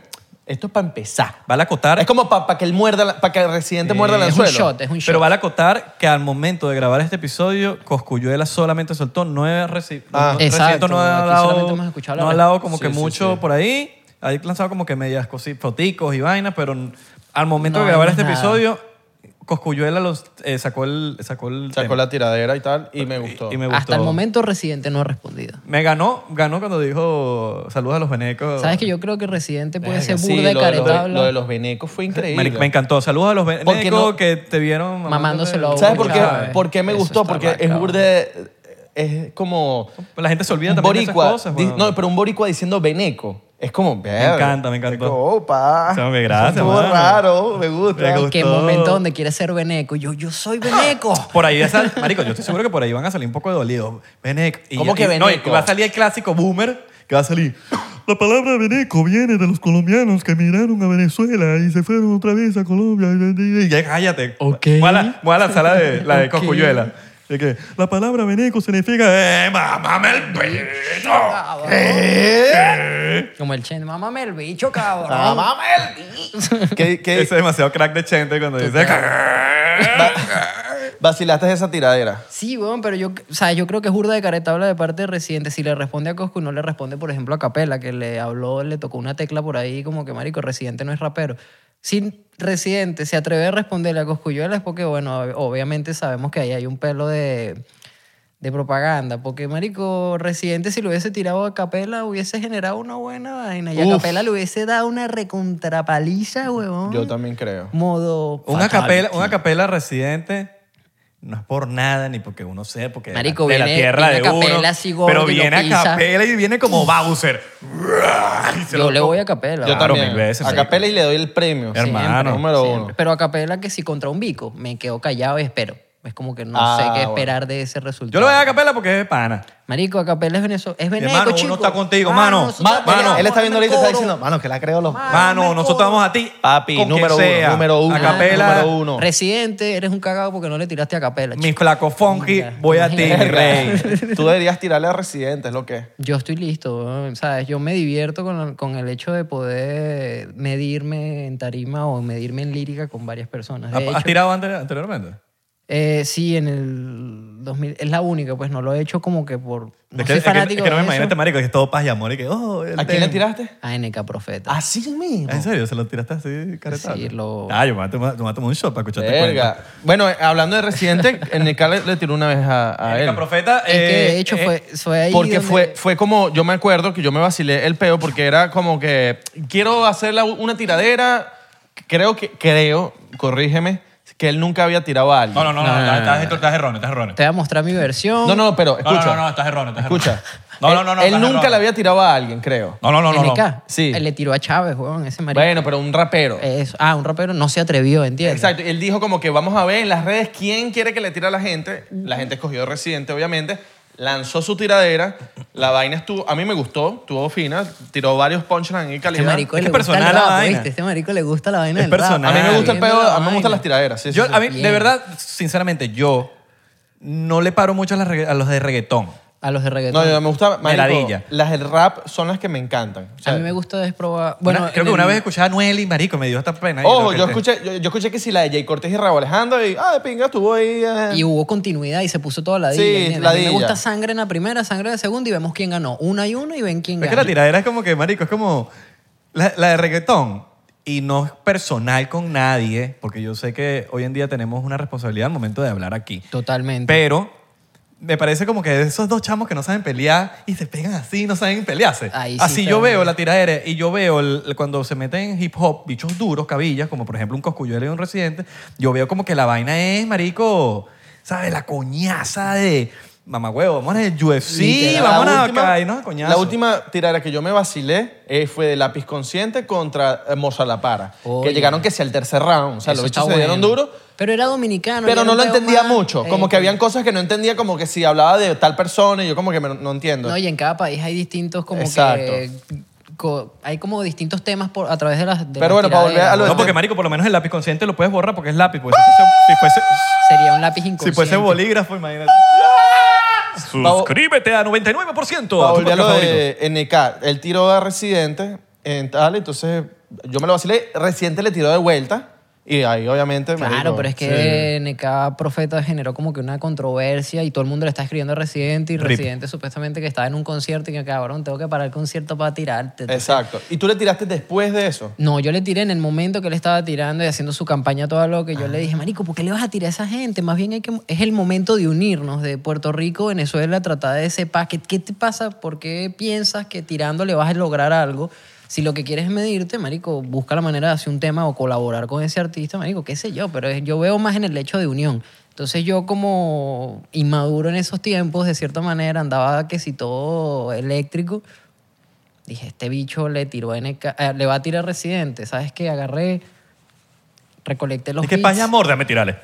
B: esto es para empezar.
C: Vale acotar.
B: Es como para que él muerda, para que el residente muerda el
A: es un
B: anzuelo.
A: shot, es un shot.
C: Pero vale acotar que al momento de grabar este episodio, Cosculluela solamente soltó nueve recitos.
B: Ah.
A: Exacto,
C: no ha
A: aquí
C: hablado,
A: solamente hemos escuchado la
C: no
A: re-
C: ha hablado como
B: Sí,
C: que
B: sí,
C: mucho
B: sí.
C: por ahí. Ha lanzado como que medias cositas, foticos y vainas, pero n- al momento
A: No,
C: de grabar
A: no es
C: este
A: nada.
C: episodio, Cosculluela los, eh, sacó el sacó el
B: Sacó
C: tema.
B: la tiradera y tal y me gustó.
C: y me
A: Hasta
C: gustó.
A: el momento Residente no ha respondido.
C: Me ganó, ganó cuando dijo saludos a los venecos.
A: ¿Sabes que yo creo que Residente puede
B: Verga,
A: ser
B: sí,
A: burda y
B: lo de los-
A: caretabla?
B: Lo de los venecos fue increíble.
C: Me, me encantó. Saludos a los venecos
B: no-
C: que te vieron
A: Mamándoselo a
B: ¿Sabes por qué,
A: Chávez.
B: por qué me
A: Eso
B: gustó?
A: está
B: Porque
A: bacán,
B: es
A: cabrón.
B: burde, es como
C: Pues La gente se olvida
B: un
C: también
B: boricua.
C: de esas cosas.
B: di-
C: weón.
B: no, pero un boricua diciendo veneco. Es como, verga,
C: encanta, me encantó.
B: es como, Opa.
C: O sea, que gracias,
B: Estuvo
C: mano.
B: raro, me gusta.
C: Me gusta.
A: Que
C: gustó.
A: momento donde quiere ser Beneco. Yo, yo soy Beneco.
C: Por ahí, esa- marico, yo estoy seguro que por ahí van a salir un poco dolidos. Veneco. Y
B: ¿Cómo
C: ya-
B: que
C: y- No, y
B: veneco?
C: va a salir el clásico boomer que va a salir.
E: La palabra veneco viene de los colombianos que emigraron a Venezuela y se fueron otra vez a Colombia.
C: Y ya cállate.
A: Ok.
C: Voy a, la- voy a lanzar la de, la de
A: Ok.
C: Cosculluela.
E: Y que la palabra veneco significa eh, mamame el pito.
B: Ah.
A: Como el Chen. Mámame el bicho, cabrón.
B: Ah, mamel. ¿Qué- qué-
C: Ese es demasiado crack de Chente cuando dice.
B: vacilaste esa tiradera.
A: Sí, weón, pero yo, o sea, yo creo que es burda de caretabla de parte de Residente. Si le responde a Coscu, no le responde, por ejemplo, a Capela, que le habló, le tocó una tecla por ahí, como que, marico, Residente no es rapero. Si Residente se atreve a responderle a Coscuyuela es porque, bueno, ob- obviamente sabemos que ahí hay un pelo de, de propaganda. Porque, marico, Residente, si lo hubiese tirado a Capela, hubiese generado una buena vaina. Y a
B: Uf.
A: Capela le hubiese dado una recontrapaliza, weón.
B: Yo también creo.
A: Modo.
C: Un
A: fatal.
C: acapela, un acapela residente no es por nada ni porque uno sea, porque de la-
A: Marico,
C: de, la
A: viene-
C: tierra
A: viene
C: de uno.
A: acapela así gordo
C: pero
A: y lo
C: viene
A: pisa.
C: acapela y viene como Bowser. Y se
A: Yo
C: lo-
A: le voy a Capela. ah,
B: Yo
A: weón.
C: Claro,
B: también.
C: mil veces,
B: a
C: marico.
B: capela y le doy el premio.
C: Hermano.
B: Número
A: Siempre.
B: uno.
A: Pero a capela que si contra un bico, me quedo callado y espero. Es como que no
B: Ah,
A: sé qué
B: bueno.
A: esperar de ese resultado.
C: Yo le voy a acapela porque es pana.
A: Marico, a capela es Venezuela. Es Veneco,
C: Hermano, uno
A: chico. Ah,
C: está contigo, mano.
A: nosotros
B: Ma-
C: Mano.
A: peleamos,
B: él está viendo
A: dame el
B: ahorita y está
A: coro.
B: diciendo, mano, que la creo los.
C: Mano, nosotros vamos a ti.
B: Papi,
C: con quien
B: número uno,
C: sea.
B: número uno,
C: Acapela,
B: número uno. No.
A: Residente, eres un cagado porque no le tiraste a capela.
C: mi
A: chico.
C: flaco funky,
A: Mira,
C: voy a ti, mi
A: imagínate.
C: rey.
B: Tú deberías tirarle a residentes, lo que es.
A: Yo estoy listo, weón, ¿sabes? Yo me divierto con, con el hecho de poder medirme en tarima o medirme en lírica con varias personas. De
C: ¿Has
A: hecho,
C: tirado ante- anteriormente?
A: eh, sí, en el 2000, es la única, pues no lo he hecho como que por... No
D: Es que,
A: soy
D: es que- es
A: fanático
D: que no me
A: de
D: imagino
A: eso.
D: este marico que es todo paz y amor y que, oh, el
B: ¿A quién le
D: tema.
B: tiraste?
A: A NK Profeta.
B: Así mismo.
D: Ah, ¿En serio? ¿Se lo tiraste así, caretado?
A: Sí, lo-
D: Ah, yo me voy a tomar, me voy a tomar un shot para escucharte
B: Verga. Bueno, eh, hablando de Residente, en el le, le tiró una vez a, a
D: cuenta.
B: él.
D: El profeta.
A: es que
D: eh,
A: de hecho
D: eh,
A: fue, fue ahí
B: Porque
A: donde-
B: fue, fue como, yo me acuerdo que yo me vacilé el peo porque era como que quiero hacer la- una tiradera. Creo que, creo, corrígeme, que él nunca había tirado a alguien.
D: No, no, no, no, estás- estás, estás erróneo, estás erróneo.
A: Te voy a mostrar mi versión.
B: No, no, pero
D: No, no,
B: escucha.
D: no, no, estás erróneo, estás erróneo.
B: Escucha.
D: No,
B: Él-
D: no, no, no.
B: Él
D: estás
B: nunca
D: erróneo.
B: le había tirado a alguien, creo.
D: No, no, no, no. no.
A: NK.
B: Sí.
A: Él le tiró a Chávez, weón, ese marico.
B: Bueno, pero un rapero.
A: Eso. Ah, un rapero no se atrevió, ¿entiendes?
B: Exacto. Él dijo como que vamos a ver en las redes quién quiere que le tire a la gente. La gente escogió Residente, obviamente. Lanzó su tiradera. La vaina estuvo... A mí me gustó. Estuvo fina. Tiró varios punchlines y
A: Este
B: calidad.
A: marico
D: Es
A: le
D: que
A: gusta el
D: personal la
A: rap,
D: vaina.
A: ¿viste? Este marico le gusta la vaina
D: Es
A: del rap.
D: personal.
B: A mí me gusta el
A: Viendo
B: pedo,
A: la
B: a mí me gustan
A: vaina.
B: las tiraderas. Sí, sí,
D: Yo,
B: sí.
D: a mí, de
A: Bien.
D: verdad, sinceramente, yo no le paro mucho a, las regga- a los de reggaetón.
A: A los de reggaetón.
B: No, yo me gusta. marico,
D: ladilla.
B: Las del rap son las que me encantan. O sea,
A: a mí me gusta desprobar.
C: Bueno,
A: Bueno,
C: creo
A: en
C: que una
A: el-
C: vez escuchaba a Noel y Marico, me dio esta pena.
B: Ojo,
C: creo
B: yo
C: que-
B: escuché, yo, yo escuché que si la de Jay Cortés y Raúl Alejandro y ah, de pinga estuvo ahí. eh.
A: Y hubo continuidad y se puso toda la
B: Sí,
A: Me
B: ladilla.
A: gusta sangre en la primera, sangre en la segunda y vemos quién ganó. Una y una y ven quién
C: Es que
A: gana.
C: la tiradera es como que, marico, es como la, la de reggaetón y no es personal con nadie, porque yo sé que hoy en día tenemos una responsabilidad al momento de hablar aquí.
A: Totalmente.
C: Pero me parece como que esos dos chamos que no saben pelear y se pegan así, no saben pelearse.
A: Ahí sí
C: así
A: está
C: yo veo
A: bien.
C: la tiradera y yo veo el- cuando se meten en hip hop, bichos duros, cabillas, como por ejemplo un coscuyuelo y un residente, yo veo como que la vaina es, marico, ¿sabes? La coñaza de mamagüevo, vamos a el UFC,
B: La
C: vamos a
B: última-
C: acá, y no, coñazo.
B: La última tiradera que yo me vacilé eh, fue de Lápiz Consciente contra eh, Moza La Para.
A: Oye.
B: Que llegaron que si al tercer round. O sea,
A: Eso
B: los
A: está
B: bichos se dieron
A: bueno.
B: duro.
A: Pero era dominicano.
B: Pero
A: ya
B: no lo
A: veo
B: entendía
A: más.
B: mucho.
A: Eh,
B: Como que habían cosas que no entendía, como que si hablaba de tal persona y yo como que me- no entiendo.
A: No, y en cada país hay distintos como que...
B: Exacto.
A: co- hay como distintos temas por, a través de las de
B: Pero
A: las
B: bueno, para volver
A: tiraderas,
B: a lo de-
A: ¿no?
C: No, porque marico, por lo menos el lápiz consciente lo puedes borrar porque es lápiz. porque si fuese, si fuese-
A: Sería un lápiz inconsciente.
C: si fuese bolígrafo, imagínate.
B: ¡Ah!
C: Suscríbete a 99%.
B: Para
C: a tu
B: volver a lo
C: podcast favorito.
B: de NK, él tiró a Residente en tal, entonces yo me lo vacilé. Residente le tiró de vuelta y ahí obviamente.
A: Claro,
B: marico,
A: pero es que NK Profeta generó como que una controversia y todo el mundo le está escribiendo a Residente y Residente supuestamente que estaba en un concierto y que cabrón, tengo que parar el concierto para tirarte.
B: Exacto. ¿Y tú le tiraste después de eso?
A: No, yo le tiré en el momento que él estaba tirando y haciendo su campaña toda lo que yo le dije, marico, ¿por qué le vas a tirar a esa gente? Más bien hay que, es el momento de unirnos de Puerto Rico, Venezuela, tratar de ese paz. ¿Qué, qué te pasa? ¿Por qué piensas que tirándole vas a lograr algo? Si lo que quieres es medirte, marico, busca la manera de hacer un tema o colaborar con ese artista, marico, qué sé yo, pero es- yo veo más en el hecho de unión. Entonces yo como inmaduro en esos tiempos, de cierta manera, andaba que si todo eléctrico, Dije, este bicho le tiró a NK, eh, le va a tirar Residente. ¿Sabes qué? Agarré, recolecté los
C: Es que
A: beats
C: paz y amor, déjame tirarle.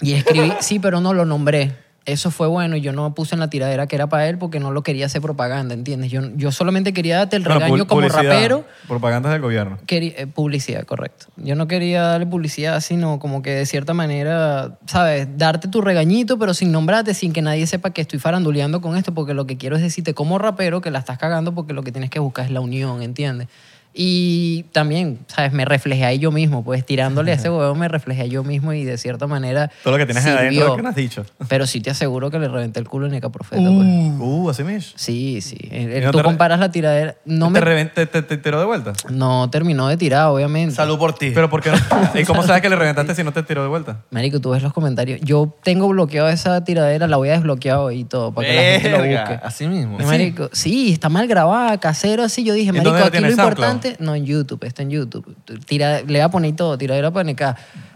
A: y escribí, sí, pero no lo nombré. Eso fue bueno y yo no puse en la tiradera que era para él porque no lo quería hacer propaganda, ¿entiendes? Yo, yo solamente quería darte el
C: Bueno,
A: regaño
C: pu-
A: como
C: publicidad,
A: rapero.
C: Propagandas del gobierno.
A: Quería- eh, publicidad, correcto. Yo no quería darle publicidad, sino como que de cierta manera, ¿sabes? Darte tu regañito, pero sin nombrarte, sin que nadie sepa que estoy faranduleando con esto, porque lo que quiero es decirte como rapero que la estás cagando, porque lo que tienes que buscar es la unión, ¿entiendes? Y también, ¿sabes? Me reflejé ahí yo mismo, pues tirándole a ese huevo me reflejé yo mismo y de cierta manera.
C: Todo lo que tienes
A: sirvió.
C: adentro que no has dicho.
A: Pero sí te aseguro que le reventé el culo en Neca Profeta, pues.
C: Uh, así mismo.
A: Sí, sí. Eh, eh,
C: ¿Y no
A: Tú
C: te re-
A: comparas la tiradera. No,
C: ¿Te,
A: me,
C: reventé, te, te tiró de vuelta?
A: no terminó de tirar, obviamente.
B: Salud por ti.
C: ¿Pero por qué no? ¿Y cómo sabes que le reventaste si no te tiró de vuelta?
A: Marico, tú ves los comentarios. Yo tengo bloqueado esa tiradera, la voy a desbloquear hoy y todo, para que la gente lo
B: Verga,
A: busque.
B: Así mismo.
A: Y, Marico, sí, está mal grabada, casero, así. Yo dije,
C: ¿Y
A: marico,
C: dónde la
A: aquí lo
C: tienes, SoundCloud?
A: importante... No, en YouTube, está en YouTube. Tú tira- le voy a poner todo, tiradera para NK.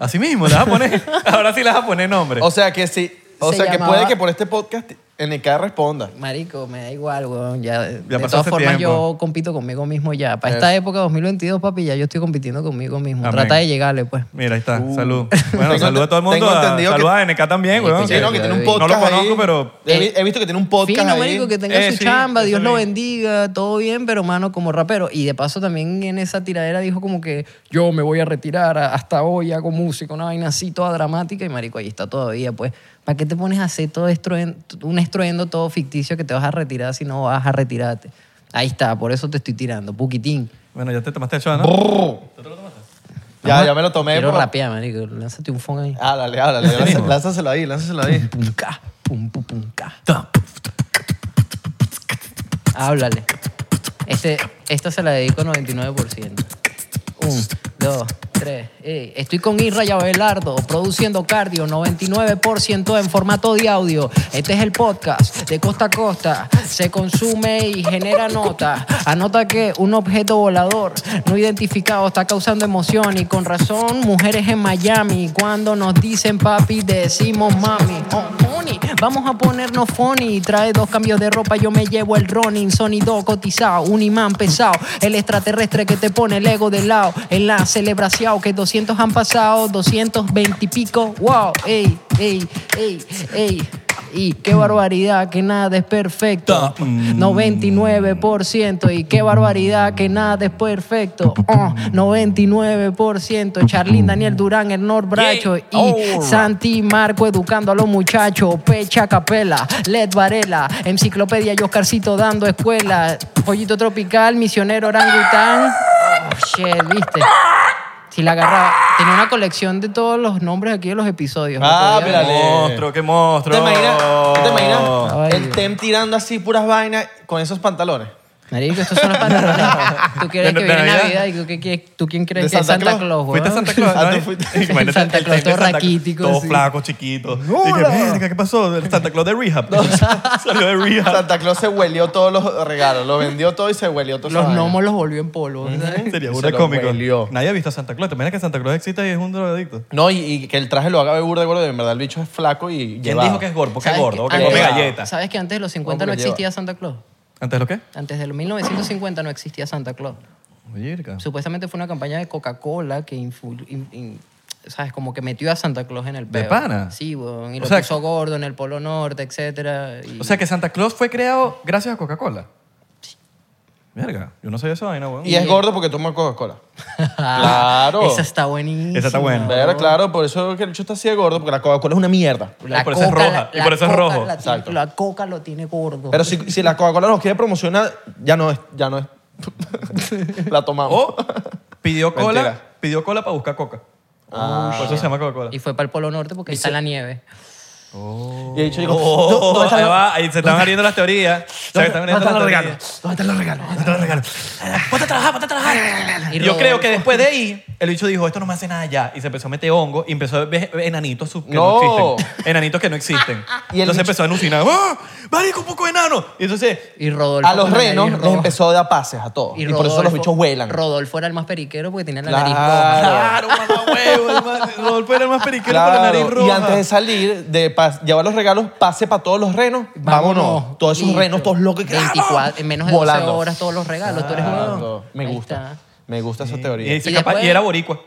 C: Así mismo, le vas a poner. Ahora sí le vas a poner nombre.
B: O sea que sí. O
A: Se
B: sea que
A: llamaba-
B: puede que por este podcast NK responda.
A: Marico, me da igual, weón. Ya, de
C: pasó
A: todas
C: hace
A: formas,
C: tiempo.
A: yo compito conmigo mismo ya. Para esta época 2022, papi, ya yo estoy compitiendo conmigo mismo.
C: Amén.
A: Trata de llegarle, pues.
C: Mira, ahí está.
B: Uh.
C: Salud.
B: Tengo
C: Bueno,
B: ente-
C: salud a todo el mundo.
B: tengo
C: a-
B: entendido que-
C: Salud a NK también,
A: Marico,
C: weón.
A: Sí,
B: Sí, no, que tiene un
A: No
C: lo
B: podcast.
C: conozco,
B: ahí.
C: pero-
B: He, vi- he visto que tiene un podcast.
A: Eh, Fino,
B: ahí.
A: marico, que tenga
C: Eh,
A: su
C: sí,
A: chamba,
C: eso
A: Dios lo
C: vi.
A: bendiga, todo bien, pero mano, como rapero. Y de paso también en esa tiradera dijo como que yo me voy a retirar, a- hasta hoy hago música, una vaina así toda dramática. Y marico, ahí está todavía, pues. ¿Para qué te pones a hacer todo estruen- un estruendo todo ficticio que te vas a retirar si no vas a retirarte? Ahí está, por eso te estoy tirando, puquitín.
C: Bueno, ya te tomaste el shot, ¿no?
B: Brrr. Ya, ya me lo tomé. Ah,
A: Quiero
B: por-
A: rapear, marico, lánzate un phone ahí.
B: Háblale, háblale. lánza- Lánzaselo ahí, lánzaselo ahí.
A: Punca. Pum, pum, pum, ca. Háblale. Este, esta se la dedico 99%. Un, dos, tres. Ey, Estoy con Irra y Abelardo, produciendo cardio 99% en formato de audio. Este es el podcast de costa a costa. Se consume y genera nota. Anota que un objeto volador no identificado está causando emoción y con razón mujeres en Miami. Cuando nos dicen papi, decimos mami. Oh, Sony. Vamos a ponernos funny. Trae dos cambios de ropa, yo me llevo el Ronin. Sonido cotizado, un imán pesado. El extraterrestre que te pone el ego de lado. En la celebración que 200 han pasado, 220 y pico. ¡Wow! ¡Ey, ey, ey, ey! Y qué barbaridad que nada es perfecto. 99% y qué barbaridad que nada es perfecto. Oh, 99%. Charlín, Daniel Durán, el Nord Bracho
C: Yeah.
A: y Santi Marco educando a los muchachos, Pecha Capela, Led Varela, Enciclopedia y Oscarcito dando escuela, Pollito Tropical, Misionero Orangután. Oh, shit, viste. Si la agarraba. Tenía una colección de todos los nombres aquí de los episodios. no
B: Ah,
A: podía-
B: pero- Dale.
C: monstruo, qué
B: ¿Tú
C: monstruo.
B: te imaginas, tú te imaginas
A: Ay,
B: el
A: Dios.
B: Tem tirando así puras vainas con esos pantalones?
A: Marico, estos son los pantalones. Tú quieres
C: ¿De-
A: que
C: de
A: viene
C: Navidad?
A: Navidad y tú, qué quieres- tú quién
B: ¿De
A: crees que es
B: Santa
A: Santa
B: Claus?
A: Claus, weón?
C: Fuiste a Santa Claus.
B: Ah, tú
C: ¿no?
B: fuiste-
C: Imagínate
A: Santa
C: el
A: Claus
C: tren de
A: todo
C: Santa-
A: raquítico,
C: Todo
A: sí.
C: flaco, chiquito. Dije,
B: ¡Hola!
C: verga, ¿qué pasó? El Santa Claus de Rehab. Salió de Rehab.
B: Santa Claus se huelió todos los regalos, lo vendió todo y se huelió todo.
A: Los gnomos los volvió en polvo. ¿sabes?
C: Sería
B: Se
C: burda
B: lo
C: cómico.
B: huelió.
C: Nadie ha visto a Santa Claus. ¿Te imaginas que Santa Claus existe y es un drogadicto?
B: No, y, y que el traje lo haga de burda de gordo, en verdad el bicho es flaco y
C: ¿Quién
B: llevado.
C: dijo que es gordo? Porque es
A: ¿Sabes Ah,
C: gordo,
A: que
C: porque come
A: antes-
C: galletas.
A: ¿Sabes que antes de los 50
B: Hombre,
A: no
B: lleva.
A: existía Santa Claus?
C: ¿Antes lo qué?
A: Antes de los 1950 no existía Santa Claus.
C: Virga.
A: Supuestamente fue una campaña de Coca-Cola que influ- in- in- ¿sabes? Como que metió a Santa Claus en el
C: ¿De
A: peo.
C: pana?
A: Sí, weón. Y
C: O
A: lo
C: sea-
A: puso gordo en el Polo Norte, etcétera. y-
C: O sea que Santa Claus fue creado gracias a Coca-Cola. Verga, yo no sabía esa vaina, weón.
B: Y es gordo porque toma Coca-Cola. claro.
A: Ah, Esa está buenísima.
C: Esa está buena.
B: Verga, claro, por eso que el bicho está así de gordo, porque la Coca-Cola es una mierda.
C: Y por eso es roja, y por eso es
A: Coca
C: rojo.
A: La, tiene-
B: Exacto.
A: la coca lo tiene gordo.
B: Pero si, si la Coca-Cola nos quiere promocionar, ya no es. Ya no es. la tomamos.
C: O pidió cola,
B: Mentira.
C: pidió cola para buscar coca.
A: Oh,
C: Por eso se llama Coca-Cola.
A: y fue para el Polo Norte porque ahí está la nieve.
B: Y el bicho dijo,
C: Oh,
B: "¿Dó- ¿dónde están
C: ahí
B: los-
C: va, ahí se están abriendo las teorías. O sea, que están
B: dónde
C: abriendo
B: están
C: las
B: los
C: teorías.
B: regalos?
D: ¿Dónde están los regalos? ¿Dónde están los regalos?
C: Ponte a trabajar, ponte a trabajar.
A: Y
C: Yo
A: Rodolfo-
C: creo que después de ahí, el bicho dijo, esto no me hace nada ya. Y se empezó a meter hongo y empezó a ver enanitos sub- que no,
B: No.
C: existen. Enanitos que no existen.
B: Y el
C: entonces
B: bicho-
C: empezó a alucinar. ¡Ah! ¡Marico, un poco de enano! Y entonces,
A: Y Rodolfo
B: A los
A: con la
B: renos
A: nariz
B: les
A: roja.
B: empezó a dar pases a todos. Y, por eso los
A: Rodolfo-
B: bichos vuelan.
A: Rodolfo era el más periquero porque tenía la nariz roja.
B: Claro.
C: claro, mamá huevo, el más- Rodolfo era el más periquero con la
B: Claro.
C: nariz roja.
B: Y antes de salir, de pas- llevar los regalos, pase para todos los renos. Vámonos. Todos esos
A: Listo.
B: renos, todos locos. que-
A: 24, ¡ah! en menos de 12
B: Volando.
A: horas todos los regalos. Tú eres
B: Claro.
A: huevón.
B: Me
A: Ahí
B: gusta.
A: está.
B: Me gusta esa
C: Y,
B: teoría.
C: se
A: Y
C: capa-
A: después-
C: y era boricua.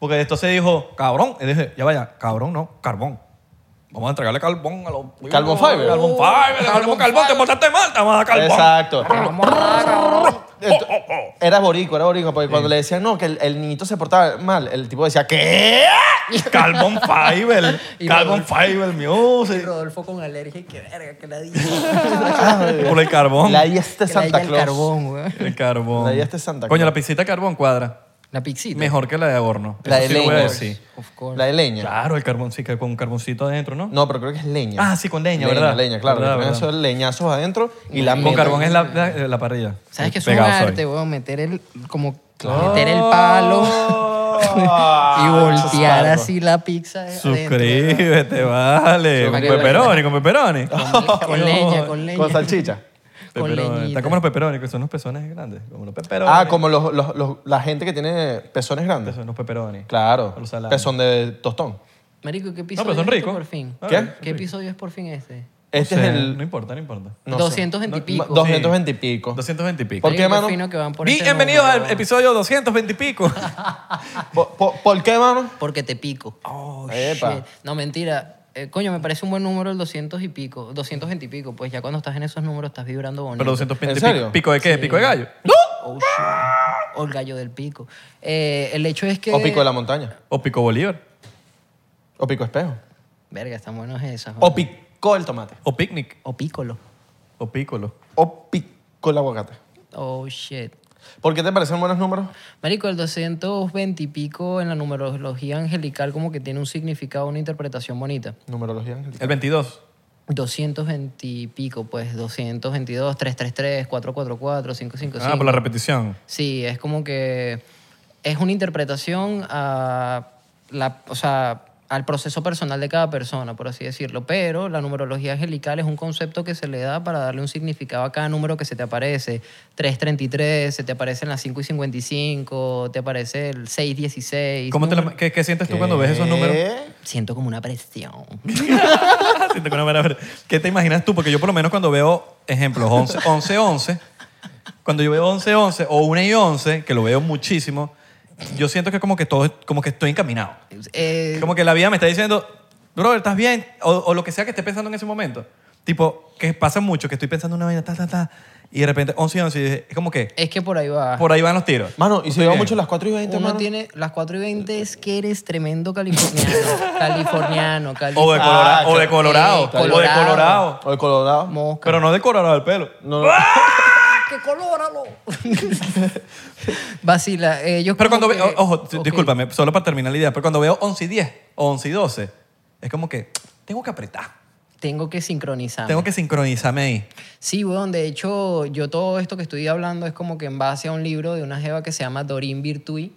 C: Porque esto se dijo, cabrón. Y dije, ya vaya, cabrón, no, carbón. Vamos a entregarle carbón a los.
B: Carbon fiber.
C: Carbon
A: Uh,
C: fiber, le ponemos carbón, te montaste mal, te vamos a dar carbón.
B: Exacto.
A: Ah, Vamos a dar, cabrón.
B: Esto-
C: Oh,
B: Era boricua, era boricua. Porque cuando le decían, no, que el, el niñito se portaba mal, el tipo decía, ¿qué?
C: Carbon fiber,
A: Y
C: carbon fiber,
A: Y
C: music.
A: Rodolfo con alergia y qué verga que la dije.
C: Por el carbón.
B: La este
A: Que la
B: Santa
A: diga el
B: Claus.
A: carbón, weón.
C: El carbón.
B: La idea está en Santa
C: Coño,
B: Claus.
C: la piscita de carbón cuadra.
A: La pixita.
C: Mejor que la de horno.
B: La de
C: Eso sí lo voy a
B: leña.
C: decir.
A: Of course.
B: La de leña.
C: Claro, el carbón, sí, que con un carboncito adentro, ¿no?
B: No, pero creo que es leña.
C: Ah, sí, con leña, ¿verdad?
B: Leña, claro.
C: ¿Verdad,
B: le ponen
C: verdad?
B: esos leñazos adentro y
A: Con
B: la
C: Con
B: meten.
C: carbón es la, la, la parrilla.
A: ¿Sabes qué es un
C: Pegado soy.
A: arte, weón? Meter el, como, meter el palo
C: Ah,
A: y voltear así la pizza. de adentro, weón.
C: Suscríbete, vale. Con
A: Suscríbete.
C: pepperoni, con pepperoni.
A: Con leña, con leña.
B: Con salchicha.
A: Con
C: Pepperoni.
A: leñita.
C: Está como los pepperoni, que son los pezones grandes. Como los pepperoni.
B: Ah, como los, los- los- la gente que tiene pezones grandes.
C: Son los pepperoni.
B: Claro.
C: Los salames.
B: Pezón de tostón.
A: Marico, ¿qué
C: pero
A: episodio
C: son
A: es esto
C: ricos.
A: por fin?
C: Ah,
B: ¿Qué?
A: ¿Qué episodio es por fin este?
B: Este
C: No sé,
B: es el.
C: No importa, no importa.
B: no sé.
A: 220 y pico.
B: Ma- 220 y pico.
C: 220 y pico.
B: ¿Por qué,
A: Marico,
B: mano?
A: fino que van por este ese
C: Bienvenidos
A: número,
C: al
A: weón.
C: episodio 220 y pico.
B: Ah, Po- po- ¿Por, qué, mano?
A: Porque te pico. Oh,
B: Epa.
A: No, mentira. Eh, coño, me parece un buen número el 200 y pico. 220 y pico. Pues ya cuando estás en esos números estás vibrando bonito.
C: Pero 220 y
B: ¿En
C: pico.
B: serio?
C: ¿Pico de qué? ¿Pico de gallo?
A: Oh, shit. O el gallo del pico. Eh, el hecho es que...
B: O pico de la montaña.
C: ¿O pico Bolívar?
B: O pico espejo.
C: Ah.
A: Verga, están buenos esas.
B: O pico el tomate.
C: ¿O picnic?
A: o pícolo.
C: ¿O pícolo?
B: O pico el aguacate.
A: Oh, shit.
B: ¿Por qué te parecen buenos números?
A: Marico, el 220 y pico en la numerología angelical como que tiene un significado, una interpretación bonita.
B: Numerología. angelical.
C: El 22.
A: 220 y pico, pues 222, 333, 444, 555.
C: Ah, por la repetición.
A: Sí, es como que es una interpretación a la, o sea, al proceso personal de cada persona, por así decirlo. Pero la numerología angelical es un concepto que se le da para darle un significado a cada número que se te aparece. 333, se te aparecen las 5 y 55, te aparece el 616.
C: ¿Cómo te la-
A: número-
C: qué, qué sientes tú cuando ves esos números?
A: Siento como una presión.
C: Siento que no me la- ¿Qué te imaginas tú? Porque yo por lo menos cuando veo, ejemplos, 11, 11, 11, cuando yo veo 11, 11 o 1 y 11, que lo veo muchísimo, yo siento que como que todo, es- como que estoy encaminado.
A: Eh,
C: Como que la vida me está diciendo, brother, ¿estás bien? O, o lo que sea que esté pensando en ese momento. Tipo, que pasa mucho, que estoy pensando en una vaina, ta, ta, ta, y de repente 11 y 11, y dije, es como que
A: es que por ahí va.
C: por ahí van los tiros.
B: Mano, y se
C: Estoy
B: lleva
C: bien.
B: mucho las 4 y 20,
A: Uno
B: mano.
A: tiene las 4 y 20 es que eres tremendo californiano. californiano,
C: O de,
A: californiano.
B: Ah,
C: Colora- o de
B: claro.
C: Colorado,
A: Eh,
C: o de
A: Colorado.
C: Colorado. Ah.
B: O el Colorado.
A: Mosca.
C: Pero no de Colorado del pelo.
B: No, no.
A: ¡Que colóralo! Vacila. Ellos
C: Pero cuando
A: como
C: veo,
A: que-
C: ojo, t-
A: ok.
C: discúlpame, solo para terminar la idea, pero cuando veo 11 y 10 o 11 y 12, es como que tengo que apretar,
A: Tengo que sincronizar.
C: tengo que sincronizarme ahí.
A: Sí, weón. De hecho, yo todo esto que estoy hablando es como que en base a un libro de una jeva que se llama Dorín Virtui,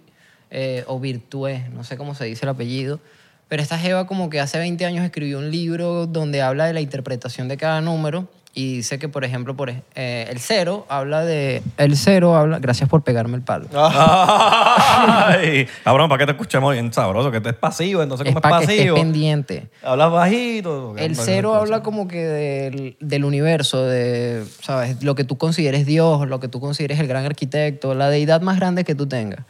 A: eh, o Virtue, no sé cómo se dice el apellido. Pero esta jeva como que hace 20 años escribió un libro donde habla de la interpretación de cada número y dice que, por ejemplo, por, ej- eh, el cero habla de... El cero habla... Gracias por pegarme el palo.
B: Ah.
C: Ay, cabrón, ¿para qué te escuchamos bien sabroso? Que tú es pasivo, entonces como
A: es
C: es
A: para que estés
C: pasivo.
A: pendiente.
C: Hablas bajito.
A: El cero habla como que del, del universo, de, ¿sabes? Lo que tú consideres Dios, lo que tú consideres el gran arquitecto, la deidad más grande que tú tengas.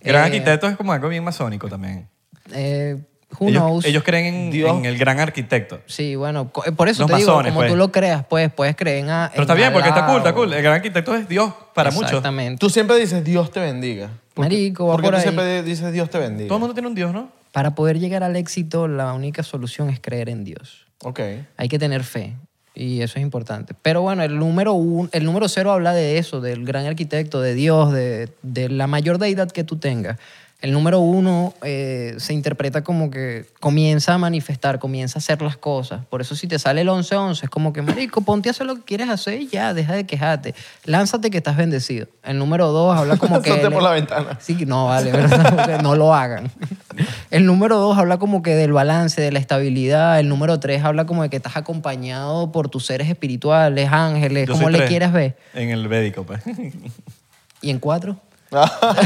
C: Gran
A: Eh,
C: arquitecto es como algo bien masónico también.
A: eh, who
C: Ellos,
A: knows?
C: ellos creen en,
B: Dios.
C: en el gran arquitecto.
A: sí, bueno, co- eh, por eso
C: Los
A: te digo,
C: masones,
A: como
C: pues.
A: tú lo creas, pues puedes creer en a- en
C: Pero está bien, porque está
A: Alá
C: cool, está
A: o-
C: cool. El gran arquitecto es Dios para muchos. Todo
A: Exactamente.
B: Tú siempre dices Dios te bendiga.
A: Marico, va
B: Porque
A: por
B: tú
A: ahí.
B: siempre dices Dios te bendiga.
C: el mundo tiene un Dios, ¿no?
A: Para poder llegar al éxito, la única solución es creer en Dios.
B: Ok.
A: Hay que tener fe. Y eso es importante. Pero bueno, el número, un- el número cero habla de eso, del gran arquitecto, de Dios, de, de la mayor deidad que tú tengas. El número uno eh, se interpreta como que comienza a manifestar, comienza a hacer las cosas. Por eso si te sale el 11-11, es como que, marico, ponte a hacer lo que quieres hacer y ya, deja de quejarte. Lánzate que estás bendecido. El número dos habla como que...
B: Lánzate por la ventana.
A: Sí, no, vale, pero no, no lo hagan. El número dos habla como que del balance, de la estabilidad. El número tres habla como de que estás acompañado por tus seres espirituales, ángeles,
C: Yo
A: Eh, como
C: soy
A: le
C: tres.
A: quieras ver.
C: En el védico, pues.
A: Y en cuatro,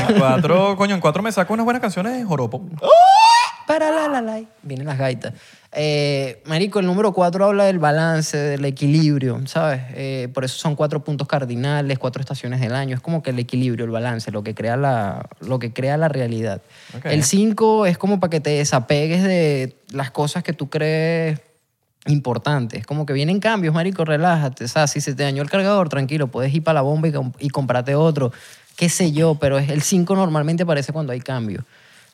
C: En cuatro, coño, en cuatro me saco unas buenas canciones de joropo.
A: para la la la, vienen las gaitas. Eh, Marico, el número cuatro habla del balance, del equilibrio, ¿sabes? Eh, por eso son cuatro puntos cardinales, cuatro estaciones del año. Es como que el equilibrio, el balance, lo que crea la, lo que crea la realidad.
C: Ok.
A: El cinco es como para que te desapegues de las cosas que tú crees importantes. Como que vienen cambios, marico, relájate. O sea, si se te dañó el cargador, tranquilo, puedes ir para la bomba y, com- y comprarte otro. Qué sé yo, pero es el 5 normalmente aparece cuando hay cambio.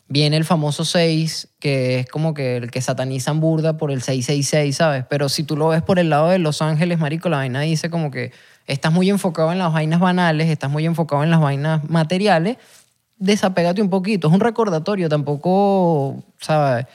A: Viene el famoso 6, que es como que el que satanizan burda por el 666, ¿sabes? Pero si tú lo ves por el lado de Los Ángeles, marico, la vaina dice como que estás muy enfocado en las vainas banales, estás muy enfocado en las vainas materiales, desapégate un poquito. Es un recordatorio, tampoco, ¿sabes?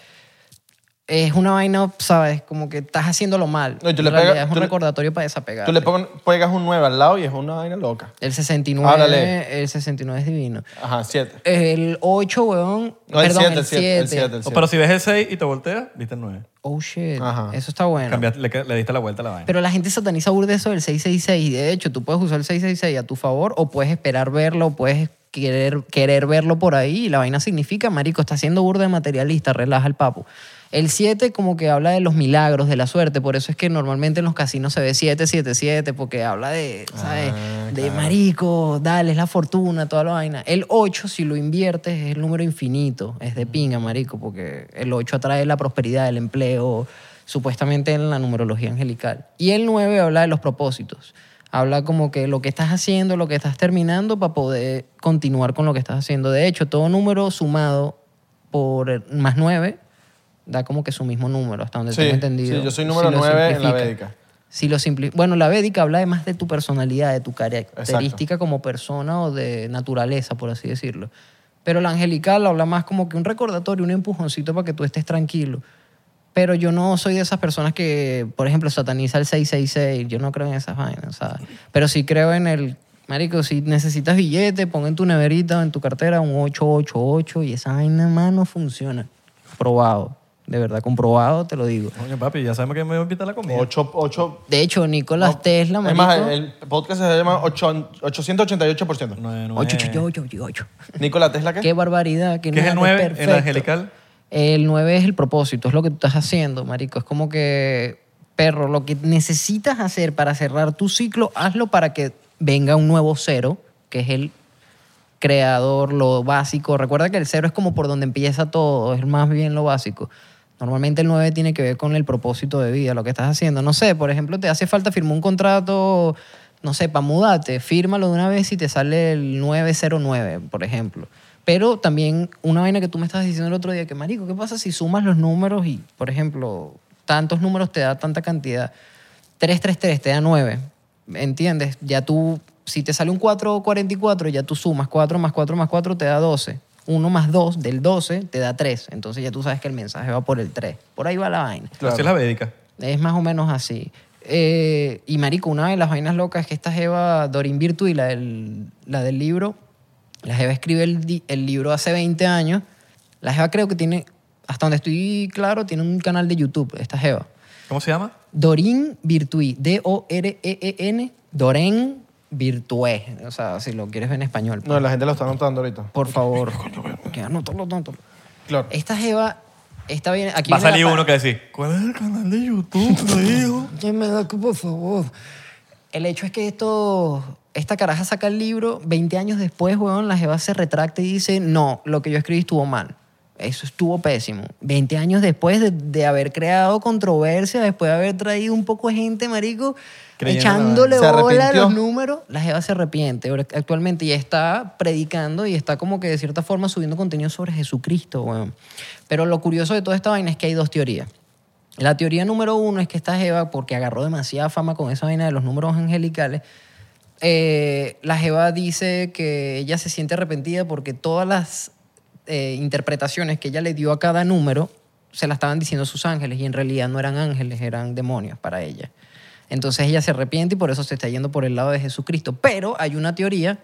A: es una vaina, ¿sabes? Como que estás haciéndolo mal.
B: No, y tú
A: En
B: le
A: realidad
B: pegas-
A: es un
B: tú le-
A: recordatorio para desapegar.
B: Tú le pon- pegas un 9 al lado y es una vaina loca.
A: El 69,
B: Ábrale.
A: el 69 es divino.
B: Ajá, 7.
A: El 8, weón.
B: No, el
A: perdón, Oh,
B: 7, el 7.
A: 7.
B: El 7, el
C: O,
B: 7.
C: pero si ves el 6 y te volteas, viste el 9.
A: Oh, shit.
B: Ajá.
A: Eso está bueno.
C: Cambiaste, le, le diste la vuelta a la vaina.
A: Pero la gente sataniza burda eso del 666. Y de hecho, tú puedes usar el 666 a tu favor o puedes esperar verlo, o puedes querer, querer verlo por ahí. Y la vaina significa, marico, está siendo burda de materialista, relaja el papo. El 7 como que habla de los milagros, de la suerte. Por eso es que normalmente en los casinos se ve 777 porque habla de, ¿sabes? De marico, dale, es la fortuna, toda la vaina. El 8, si lo inviertes, es el número infinito. Es de pinga, marico, porque el 8 atrae la prosperidad, el empleo, supuestamente en la numerología angelical. Y el 9 habla de los propósitos. Habla como que lo que estás haciendo, lo que estás terminando para poder continuar con lo que estás haciendo. De hecho, todo número sumado por el- más 9 da como que su mismo número, hasta donde
B: Sí,
A: tengo entendido.
B: sí, yo soy número
A: lo
B: nueve en la
A: simplifica.
B: védica.
A: Si lo simpli- bueno, la védica habla de más de tu personalidad, de tu característica como persona o de naturaleza, por así decirlo. Pero la angelical habla más como que un recordatorio, un empujoncito para que tú estés tranquilo. Pero yo no soy de esas personas que, por ejemplo, sataniza el 666. Yo no creo en esas vainas, ¿sabes? Pero sí creo en el... Marico, si necesitas billete, pon en tu neverita o en tu cartera un 888 y esa vaina, mano, funciona. Probado. De verdad, comprobado, te lo digo.
C: Coño, papi, ya sabemos que me voy a invitar la comida.
B: Ocho, ocho.
A: De hecho, Nicolás Tesla,
B: es
A: marico...
B: más, el podcast se llama ocho- 888%.
C: No, no es-
A: 8888.
B: Nicolás Tesla, ¿qué?
A: Qué barbaridad. Que
C: ¿Qué es el
A: nada,
C: 9 en
A: perfecto.
C: angelical?
A: El 9 es el propósito, es lo que tú estás haciendo, marico. Es como que, perro, lo que necesitas hacer para cerrar tu ciclo, hazlo para que venga un nuevo cero, que es el creador, lo básico. Recuerda que el cero es como por donde empieza todo, es más bien lo básico. Normalmente el 9 tiene que ver con el propósito de vida, lo que estás haciendo. No sé, por ejemplo, te hace falta firmar un contrato, no sé, para mudarte, fírmalo de una vez y te sale el 909, por ejemplo. Pero también una vaina que tú me estabas diciendo el otro día, que marico, ¿qué pasa si sumas los números y, por ejemplo, tantos números te da tanta cantidad? 333 te da 9. ¿Entiendes? Ya tú, si te sale un 444, ya tú sumas 4 más 4 más 4 te da 12. 1 más 2 del 12 te da 3. Entonces ya tú sabes que el mensaje va por el 3. Por ahí va la vaina.
B: Claro.
C: Así es la védica.
A: Es más o menos así. Eh, y marico, una de las vainas locas es que esta Jeva, Dorin Virtu y la del, la del libro, la Jeva escribe el, di- el libro hace 20 años. La Jeva creo que tiene, hasta donde estoy claro, tiene un canal de YouTube, esta Jeva.
C: ¿Cómo se llama?
A: Dorin Virtue, E D-O-R-E-E-N, Dorén Virtue, o sea, si lo quieres ver en español.
B: No, la gente lo está anotando ahorita.
A: Por favor. Que anótalo, anótalo.
B: Claro.
A: Esta jeva, esta viene... Aquí
C: Va a
A: viene la
C: salir
A: pa-
C: uno que decir,
E: ¿Cuál es el canal de YouTube, hijo?
A: Ya me da que, por favor. El hecho es que esto, esta caraja saca el libro, 20 años después, weón, la jeva se retracta y dice, no, lo que yo escribí estuvo mal. Eso estuvo pésimo. 20 años después de, de haber creado controversia, después de haber traído un poco de gente, marico,
C: Creyendo en la
A: echándole
B: vaina. ¿Se
A: bola a
B: arrepintió?
A: los números, la jeva se arrepiente ahora- actualmente y está predicando y está como que de cierta forma subiendo contenido sobre Jesucristo, weón. Pero lo curioso de toda esta vaina es que hay dos teorías. La teoría número uno es que esta Jeva, porque agarró demasiada fama con esa vaina de los números angelicales, eh, la Jeva dice que ella se siente arrepentida porque todas las eh, interpretaciones que ella le dio a cada número se la estaban diciendo sus ángeles y en realidad no eran ángeles, eran demonios para ella. Entonces ella se arrepiente y por eso se está yendo por el lado de Jesucristo. Pero hay una teoría,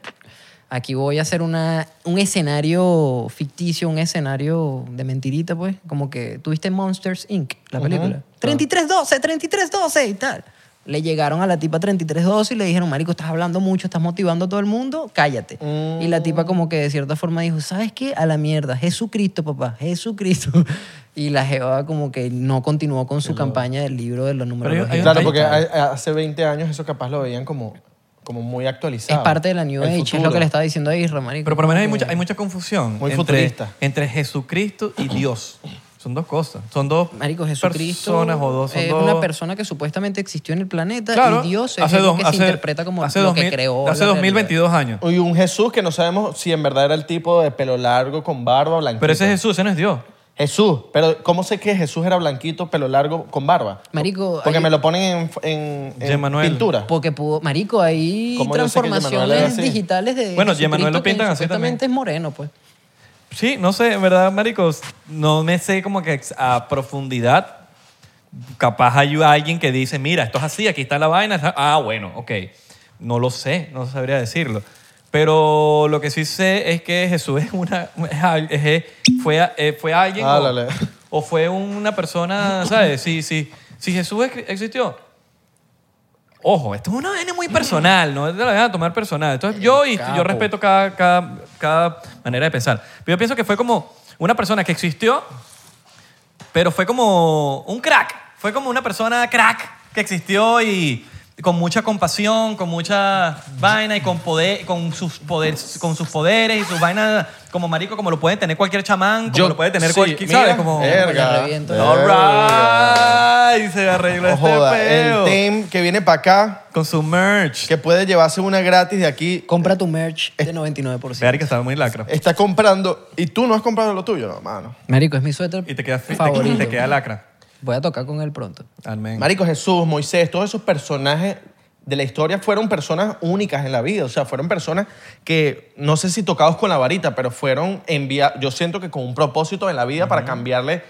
A: aquí voy a hacer una, un escenario ficticio, un escenario de mentirita, pues, como que tuviste Monsters Inc., la película. 3312, 3312 y tal. Le llegaron a la tipa 3312 y le dijeron, Marico, estás hablando mucho, estás motivando a todo el mundo, cállate. Y la tipa como que de cierta forma dijo, ¿sabes qué? A la mierda, Jesucristo, papá, Jesucristo. Y la Jeva como que no continuó con su campaña del libro de los números.
C: Pero hay- hay un
B: Claro,
C: Ahí
B: porque
C: está.
B: hay- hace 20 años eso capaz lo veían como, como muy actualizado.
A: Es parte de la New
B: El
A: Age, es
B: futuro.
A: lo que le estaba diciendo a Isra, marico.
C: Pero por lo menos hay mucha, hay mucha confusión
B: Muy
C: entre,
B: futurista.
C: entre Jesucristo y Dios. Son dos cosas. Son dos
A: Marico, Jesucristo
C: personas o dos. Son
A: es
C: dos-
A: una persona que supuestamente existió en el planeta
C: Claro,
A: y Dios es lo
C: dos-
A: que se interpreta como
C: hace
A: lo
C: 2000
A: que creó.
C: Hace
A: la
C: 2022 años.
B: Y un Jesús que no sabemos si en verdad era el tipo de pelo largo con barba blanquito.
C: Pero ese es Jesús, ese no es Dios.
B: Jesús, pero ¿cómo sé que Jesús era blanquito, pelo largo, con barba?
A: Marico,
B: Porque
A: hay-
B: me lo ponen en, en- en
C: Yemanuel.
B: pintura.
A: realidad. Porque pudo, marico, hay
B: ¿Cómo yo sé que Yemanuel era
A: transformaciones
B: así?
A: digitales de
C: Bueno,
A: Jesucristo
C: Yemanuel lo
A: que
C: pintan así
A: supuestamente
C: también.
A: es moreno, pues.
C: Sí, no sé, en verdad, maricos, no me sé como que ex- a profundidad. Capaz hay alguien que dice, mira, esto es así, aquí está la vaina. está- Ah, bueno, ok. No lo sé, no sabría decirlo. Pero lo que sí sé es que Jesús es una, es al- es- es- fue, a- eh, fue alguien
B: Ah,
C: o-
B: dale.
C: o, fue una persona, ¿sabes? Si, si, si Jesús ex- existió, Ojo, esto es una vaina muy personal, no te la van a tomar personal. Entonces, yo, y yo respeto cada, cada, cada manera de pensar. Pero yo pienso que fue como una persona que existió, pero fue como un crack. Fue como una persona crack que existió y con mucha compasión, con mucha vaina y con poder, con sus poderes, con sus poderes y sus vainas como marico, como lo puede tener cualquier chamán, como
B: Yo-
C: lo puede tener
B: sí,
C: cualquier,
B: mira,
C: ¿sabes? Como,
A: eh,
B: verga,
A: reviento.
B: verga.
C: all right, se arregló
B: No joda,
C: este
B: el
C: peo.
B: team que viene para acá,
C: Con su merch.
B: que puede llevarse una gratis de aquí,
A: Compra tu merch de 99%.
C: Ver que estaba muy lacra.
A: Eh,
B: está comprando y tú no has comprado lo tuyo, no, mano.
A: Marico, es mi suéter
C: Y te queda, te-
A: favorito.
C: te queda lacra.
A: Voy a tocar con él pronto.
C: Amén.
B: Marico Jesús, Moisés, todos esos personajes de la historia fueron personas únicas en la vida. O sea, fueron personas que, no sé si tocados con la varita, pero fueron enviados, yo siento que con un propósito en la vida para cambiarle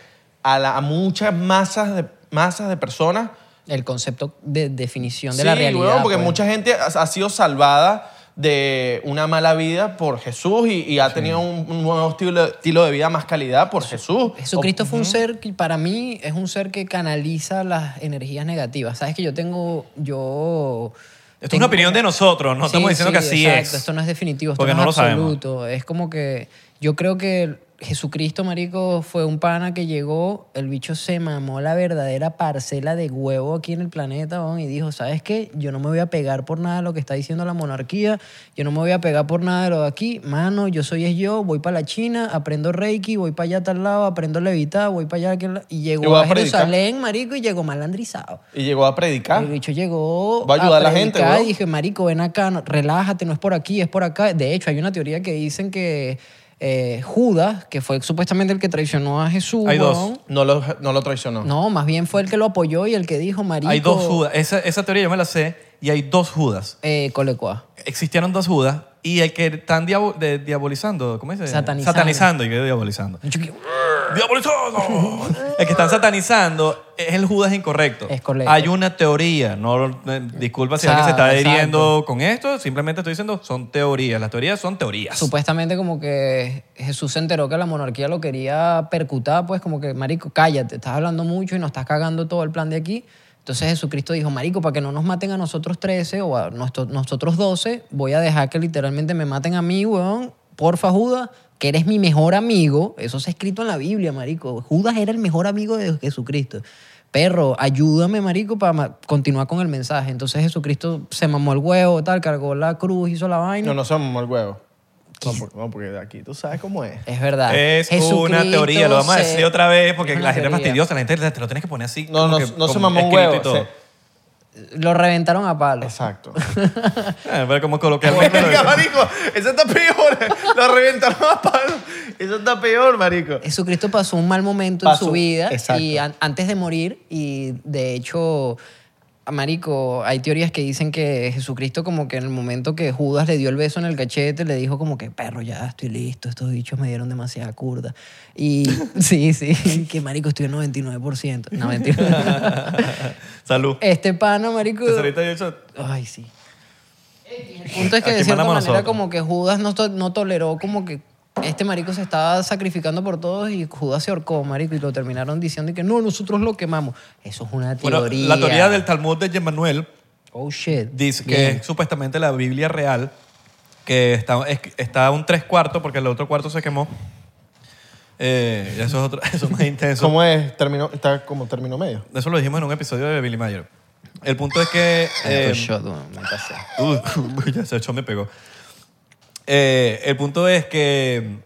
B: a, la- a muchas masas de, masas de personas.
A: El concepto de definición de
B: sí,
A: la realidad.
B: weón, porque
A: pues.
B: mucha gente ha, ha sido salvada de una mala vida por Jesús y, y ha tenido un, un nuevo estilo, estilo de vida, más calidad por Jesús.
A: Jesucristo fue un ser que para mí es un ser que canaliza las energías negativas. Sabes que yo tengo, yo...
C: Esto es
A: tengo-
C: una opinión de nosotros, no
A: Sí,
C: estamos diciendo
A: sí,
C: que así
A: exacto.
C: es.
A: Esto no es definitivo, esto
C: Porque
A: no,
C: no lo
A: es
C: sabemos.
A: absoluto. Es como que yo creo que Jesucristo, marico, fue un pana que llegó, el bicho se mamó la verdadera parcela de huevo aquí en el planeta weón, y dijo, ¿sabes qué? Yo no me voy a pegar por nada de lo que está diciendo la monarquía, yo no me voy a pegar por nada de lo de aquí, mano, yo soy es yo, voy para la China, aprendo Reiki, voy para allá a tal lado, aprendo Levita, voy para allá a aquel lado. Y
B: Y
A: llegó
B: voy a
A: a,
B: predicar.
A: Jerusalén, marico, y llegó malandrizado.
B: Y llegó a predicar.
A: El bicho llegó.
B: Ah. Va a ayudar a la
A: predicar
B: gente, weón.
A: Y dije, Marico, ven acá, no- relájate, no es por aquí, es por acá. De hecho, hay una teoría que dicen que eh, Judas, que fue supuestamente el que traicionó a Jesús.
C: Hay dos.
A: weón,
B: No lo, no lo traicionó.
A: No, más bien fue el que lo apoyó y el que dijo, Marico.
C: Hay dos Judas. Esa, esa teoría yo me la sé y hay dos Judas.
A: Eh, Colecoa.
C: Existieron dos Judas y el que están diabo- de- diabolizando, ¿cómo se dice?
A: Satanizando.
C: Satanizando y que diabolizando. ¡Diabolizando! el que están satanizando es el Judas incorrecto.
A: Es correcto.
C: Hay una teoría. No, eh, disculpa si
A: Sa-
C: alguien se está
A: exacto.
C: hiriendo con esto. Simplemente estoy diciendo son teorías. Las teorías son teorías.
A: Supuestamente como que Jesús se enteró que la monarquía lo quería percutar, pues como que, marico, cállate, estás hablando mucho y nos estás cagando todo el plan de aquí. Entonces Jesucristo dijo, marico, para que no nos maten a nosotros 13 o a nuestro- nosotros 12, voy a dejar que literalmente me maten a mí, weón. Porfa, Judas, que eres mi mejor amigo. Eso está escrito en la Biblia, marico. Judas era el mejor amigo de Jesucristo. Perro, ayúdame, marico, para ma- continuar con el mensaje. Entonces Jesucristo se mamó el huevo, tal, cargó la cruz, hizo la vaina.
B: No, no se mamó el huevo. No, por- no, porque aquí tú sabes cómo es.
A: Es verdad.
C: Es una
A: Ah, Jesucristo
C: teoría, lo vamos a
A: se-
C: decir otra vez porque
A: Es una
C: la gente es
A: teoría.
C: fastidiosa, la gente te lo tienes que poner así.
B: No,
C: como
B: no,
C: que
B: no se
C: con
B: mamó un
C: escrito y
B: huevo.
C: todo.
B: se-
A: Lo reventaron a palos.
B: exacto.
C: Ah, pero como coloquialmente lo
B: Verga,
C: digo.
B: marico, eso está peor. Lo reventaron a palo. Eso está peor, marico.
A: Jesucristo pasó un mal momento
B: Pasó,
A: en su vida
B: exacto.
A: y an- antes de morir y de hecho marico hay teorías que dicen que Jesucristo como que en el momento que Judas le dio el beso en el cachete le dijo como que perro ya estoy listo estos bichos me dieron demasiada curda y sí sí que marico estoy al 99% no mentira
C: Salud.
A: este pano marico
C: Entonces, ahorita yo he hecho-
A: Ay, sí. El punto es que
C: Aquí
A: de cierta
C: mandamos
A: manera
C: nosotros.
A: como que Judas no, to- no toleró como que este marico se estaba sacrificando por todos y Judas se ahorcó, marico, y lo terminaron diciendo que no, nosotros lo quemamos. Eso es una teoría.
C: Bueno, la teoría del Talmud de Yemanuel
A: Oh, shit.
C: dice que
A: Bien.
C: es supuestamente la Biblia real, que está, es- está un tres cuartos porque el otro cuarto se quemó. Eh, y eso es otro, eso es más intenso.
B: Eh, ¿Cómo es? Terminó, está como terminó medio.
C: Eso lo dijimos en un episodio de Billy Mayer. El punto es que...
A: Otro
C: eh,
A: shot, weón, me pasé.
C: Uy, ya se echó, me pegó. Eh, el punto es que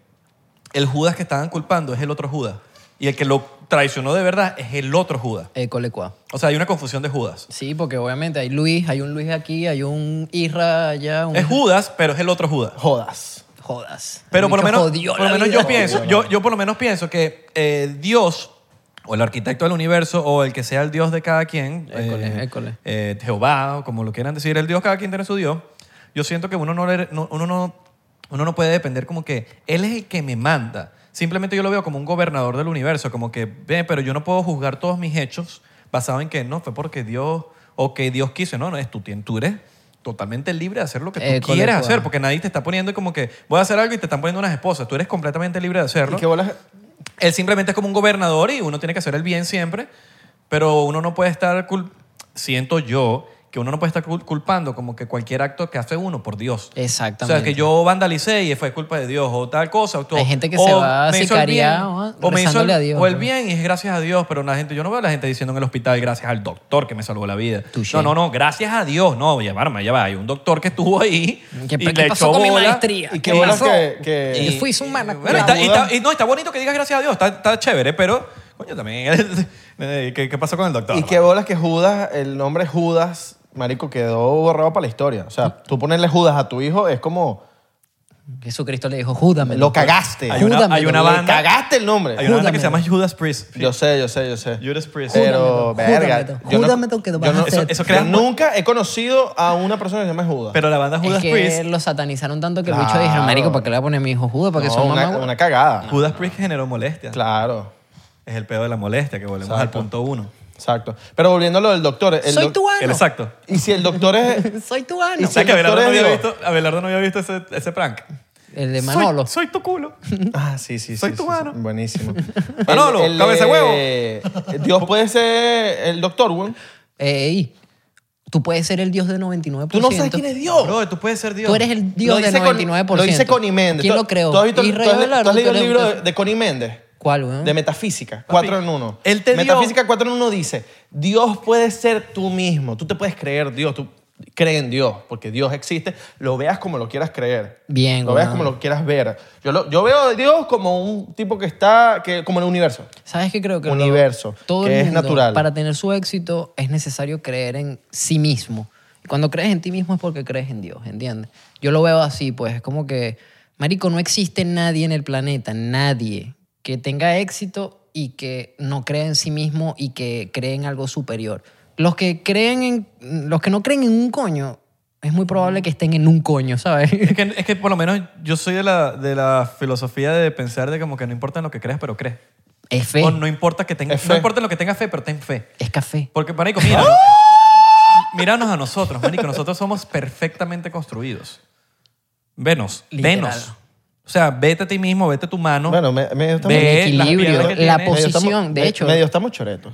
C: el Judas que estaban culpando es el otro Judas. Y el que lo traicionó de verdad es el otro Judas.
A: Eh, colecua.
C: O sea, hay una confusión de Judas.
A: Sí, porque obviamente hay Luis, hay un Luis aquí, hay un Isra allá, un
C: Es Judas, pero es el otro Judas.
B: Jodas.
A: jodas.
C: Pero
A: El
C: por lo
A: bicho
C: menos,
A: jodió
C: por lo
A: la
C: menos
A: vida.
C: yo pienso, yo, yo por lo menos pienso que eh, Dios, o el arquitecto del universo, o el que sea el Dios de cada quien,
A: École,
C: eh,
A: école.
C: eh, Jehová, o como lo quieran decir, el Dios, cada quien tiene su Dios. Yo siento que uno no, le- no- uno no, uno no puede depender como que Él es el que me manda. Simplemente yo lo veo como un gobernador del universo, como que, ve, pero yo no puedo juzgar todos mis hechos basado en que no, fue porque Dios, o que Dios quiso. No, no, es tu tú eres totalmente libre de hacer lo que tú
A: École,
C: quieras
A: pues.
C: hacer, porque nadie te está poniendo como que voy a hacer algo y te están poniendo unas esposas. Tú eres completamente libre de hacerlo.
B: ¿Y qué bolas?
C: Él simplemente es como un gobernador y uno tiene que hacer el bien siempre, pero uno no puede estar, cul- siento yo, que uno no puede estar cul- culpando como que cualquier acto que hace uno por Dios. O
A: Exactamente.
C: sea, que yo vandalicé y fue culpa de Dios o tal cosa. O,
A: Hay gente que
C: o
A: se va a
C: me hizo el
A: sicariar,
C: bien,
A: ¿no?
C: o me hizo el-
A: rezándole a Dios,
C: O el
A: ¿no?
C: bien y es gracias a Dios, pero la gente, yo no veo a la gente diciendo en el hospital gracias al doctor que me salvó la vida.
A: Touché.
C: No, no, no, gracias a Dios. No, ya va, ya va. Hay un doctor que estuvo ahí
A: ¿Qué- qué
C: y le
A: pasó
C: echó
A: con mi
C: bola.
A: maestría?
B: ¿Y qué
A: ¿Qué
B: bolas
A: pasó?
B: que, que-
A: Y fui su humana.
C: Bueno, y está, y
B: Buda.
C: está- y no, está bonito que digas gracias a Dios, está, está chévere, pero coño, también eh, ¿qué, qué pasó con el doctor?
B: y qué bolas que Judas, el nombre Judas, marico, quedó borrado para la historia. O sea, tú ponerle Judas a tu hijo es como
A: Jesucristo le dijo, júdame.
B: lo cagaste.
C: Hay una,
A: Júdamelo,
C: hay una
A: le
B: Le
C: banda,
B: cagaste el nombre.
C: hay una banda que se
A: Júdamelo.
C: llama Judas Priest.
B: Yo sé, yo sé, yo sé.
C: Judas Priest.
B: Pero,
A: Júdamelo,
B: verga.
A: júdamelo,
B: yo no-
A: júdamelo que lo
B: yo
A: vas a
B: no-
A: hacer.
C: Eso
B: yo
C: crea-
B: nunca he conocido a una persona que se llama Judas.
C: Pero la banda
A: Es
C: Judas
A: que
C: Priest,
A: lo satanizaron tanto que el bicho
B: Claro.
A: dijeron, marico, ¿para qué le voy a poner a mi hijo Judas? ¿Para que
B: No,
A: son
C: Ah.
B: una,
A: mamá?
B: una cagada.
C: Judas Priest generó molestia.
B: Claro.
C: es el pedo de la molestia, que volvemos
B: Exacto.
C: al punto uno.
B: Exacto. Pero volviendo a lo del doctor. el
A: Soy
B: doc-
A: tu ano.
C: El exacto.
B: Y si el doctor es.
A: Soy tu
B: Y
A: ano.
C: O sea, que
B: el doctor
C: Abelardo no,
B: es
C: había
B: Dios.
C: visto, Abelardo no había visto ese, ese prank.
A: El de
C: Soy-
A: Manolo.
C: Soy, tu culo.
B: Ah, sí, sí.
C: Soy
B: sí,
C: tu
B: sí,
C: mano.
B: sí. Buenísimo.
C: Manolo, cabeza de
B: huevo. Dios puede ser el doctor, weón.
A: Ey, tú puedes ser el dios de 99%.
B: Tú no sabes quién es Dios.
C: Bro, tú puedes ser Dios.
A: Tú eres el dios
B: Lo
A: de
B: dice Con-
A: 99%.
B: Lo dice Connie Méndez.
A: ¿Quién
B: ¿Tú-
A: lo creó?
B: ¿Tú has, visto,
A: Y
B: tú
A: Ray
B: has- tú has
A: Abelardo,
B: leído el
A: que le-
B: libro de, de Connie Méndez?
A: ¿Cuál, weón?
B: De Metafísica, 4 en 1.
C: él te dio-
B: Metafísica 4 en 1 dice, Dios puede ser tú mismo, tú te puedes creer Dios, tú cree en Dios, porque Dios existe, lo veas como lo quieras creer.
A: Bien,
B: Lo veas
A: weón.
B: como lo quieras ver. Yo, lo- yo veo a Dios como un tipo que está, que, como en el universo.
A: ¿Sabes qué creo que
B: Universo,
A: todo
B: que
A: el
B: es
A: mundo,
B: natural.
A: Para tener su éxito es necesario creer en sí mismo. Y cuando crees en ti mismo es porque crees en Dios, ¿entiendes? Yo lo veo así, pues es como que, Marico, no existe nadie en el planeta, nadie que tenga éxito y que no crea en sí mismo y que cree en algo superior. Los que creen en, los que no creen en un coño, es muy probable que estén en un coño, ¿sabes?
C: Es que, es que por lo menos yo soy de la, de la filosofía de pensar de como que no importa en lo que creas, pero crees.
A: Es fe,
C: O no importa, que tenga,
B: Es fe.
C: no importa en lo que tengas fe, pero ten fe.
A: es café.
C: Porque, marico, mira, míranos a nosotros, marico. Nosotros somos perfectamente construidos. Venos,
A: Literal.
C: venos. O sea, vete a ti mismo, vete a tu mano.
B: Bueno, me, medio estamos...
C: Ve
A: El
C: las
A: equilibrio,
C: piedras que
A: la
C: tiene.
B: medio
A: posición,
B: estamos-
A: de
B: me-
A: hecho.
B: Medio estamos choretos.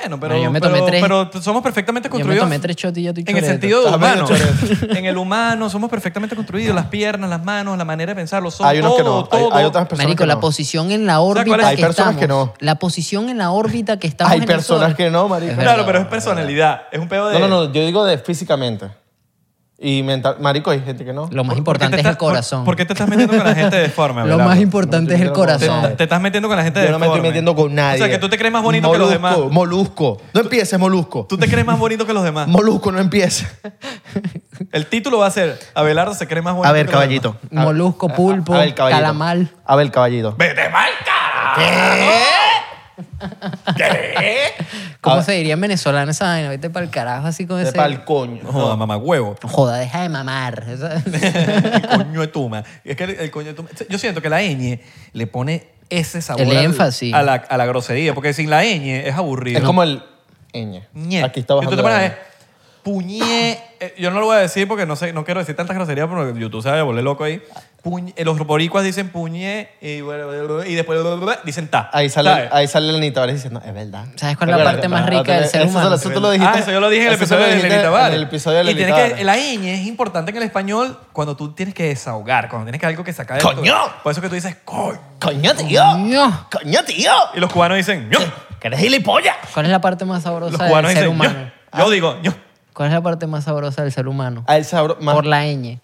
C: Bueno, pero,
A: No, yo me
C: pero-
A: tomé tres.
C: pero somos perfectamente
A: me
C: construidos.
A: tomé tres shots y ya estoy
C: En el
A: choreto.
C: sentido de
B: Estás medio
C: humano. En el humano somos perfectamente construidos. Las piernas, las manos, la manera de pensar, los ojos,
B: Hay unos que no,
C: todo,
B: hay-
C: todo.
B: hay otras personas
A: Marico,
B: que
A: la
B: no.
A: posición en la
C: ¿Sabes cuál
A: órbita
C: es?
A: que
B: Hay personas
A: estamos.
B: que no.
A: La posición en la órbita que estamos
B: Hay
A: en el
B: personas
A: Sol.
B: que no, marico.
A: Es
C: Claro,
A: verdad.
C: pero es personalidad. Es un pedo de...
B: No, no, no, yo digo de físicamente. Y mental, marico, hay gente que no.
A: Lo más
C: ¿Por qué te
A: importante es
C: estás-
A: el corazón.
C: ¿Por, por qué te estás metiendo con la gente deforme?
A: Lo
C: Abelardo?
A: más importante es el
C: Te,
A: corazón.
C: te estás metiendo con la gente
B: Yo no me estoy
C: deforme.
B: metiendo con nadie.
C: O sea, que tú te crees más bonito que los
B: Molusco,
C: demás.
B: Molusco. No empieces, Molusco.
C: Tú te crees más bonito que los demás.
B: Molusco, no empieces.
C: El título va a ser Abelardo se cree más bonito
B: A ver,
C: que los demás.
B: caballito.
A: Molusco, pulpo,
B: A ver, caballito.
A: calamar.
B: A ver, caballito.
D: ¡Vete mal, cara!
A: ¿Cómo
B: A-
A: se diría en venezolano esa vaina? Vete para el carajo así con
B: De
A: ese...
B: pa'l coño.
C: Joda, mamá, huevo.
A: Joda, deja de mamar. Esa-
C: El coño de Tuma. Es que el, el coño de Tuma. Yo siento que la ñ le pone ese sabor.
A: El
C: al-
A: énfasis.
C: A la, a la grosería. Porque sin la ñ es aburrido.
B: Es como el ñ.
C: Ñe.
B: Aquí está
C: Y
B: bajando.
C: tú te
B: la
C: pones a
B: ñ.
C: ver, puñe. eh, Yo no lo voy a decir porque no sé, no quiero decir tantas groserías porque YouTube se va a volver loco ahí. Puñe- eh, los boricuas dicen puñe y, y después dicen ta.
B: Ahí sale,
C: ¿sabes?
B: ahí sale el Anita Vargas diciendo, es verdad.
A: ¿Sabes cuál es la
B: Recuerda,
A: parte más
B: ah,
A: rica
B: tú-
A: del ser
B: eso
A: humano?
B: Eso tú lo dijiste.
C: Ah, eso yo lo dije en el
B: Eso
C: episodio
B: lo
C: de
B: dijiste
C: Lenita Vara.
B: En el episodio de
C: y
B: Lenita
C: tienes que,
B: Vara.
C: la ñ es importante en el español cuando tú tienes que desahogar, cuando tienes que algo que sacar. de
B: ¡Coño!
C: tu- Por eso que tú dices, coño.
B: ¡Coño, tío!
A: Ño.
B: ¡Coño, tío!
C: Y los cubanos dicen, ño.
B: ¡Que eres gilipollas!
A: ¿Cuál es la parte más
C: Los
A: sabrosa del
C: cubanos
A: ser
C: dicen, ño.
A: humano?
B: Ah.
C: Yo digo, ño.
A: ¿Cuál es la parte más sabrosa del ser humano?
B: A él sabro más.
A: Por la ñ.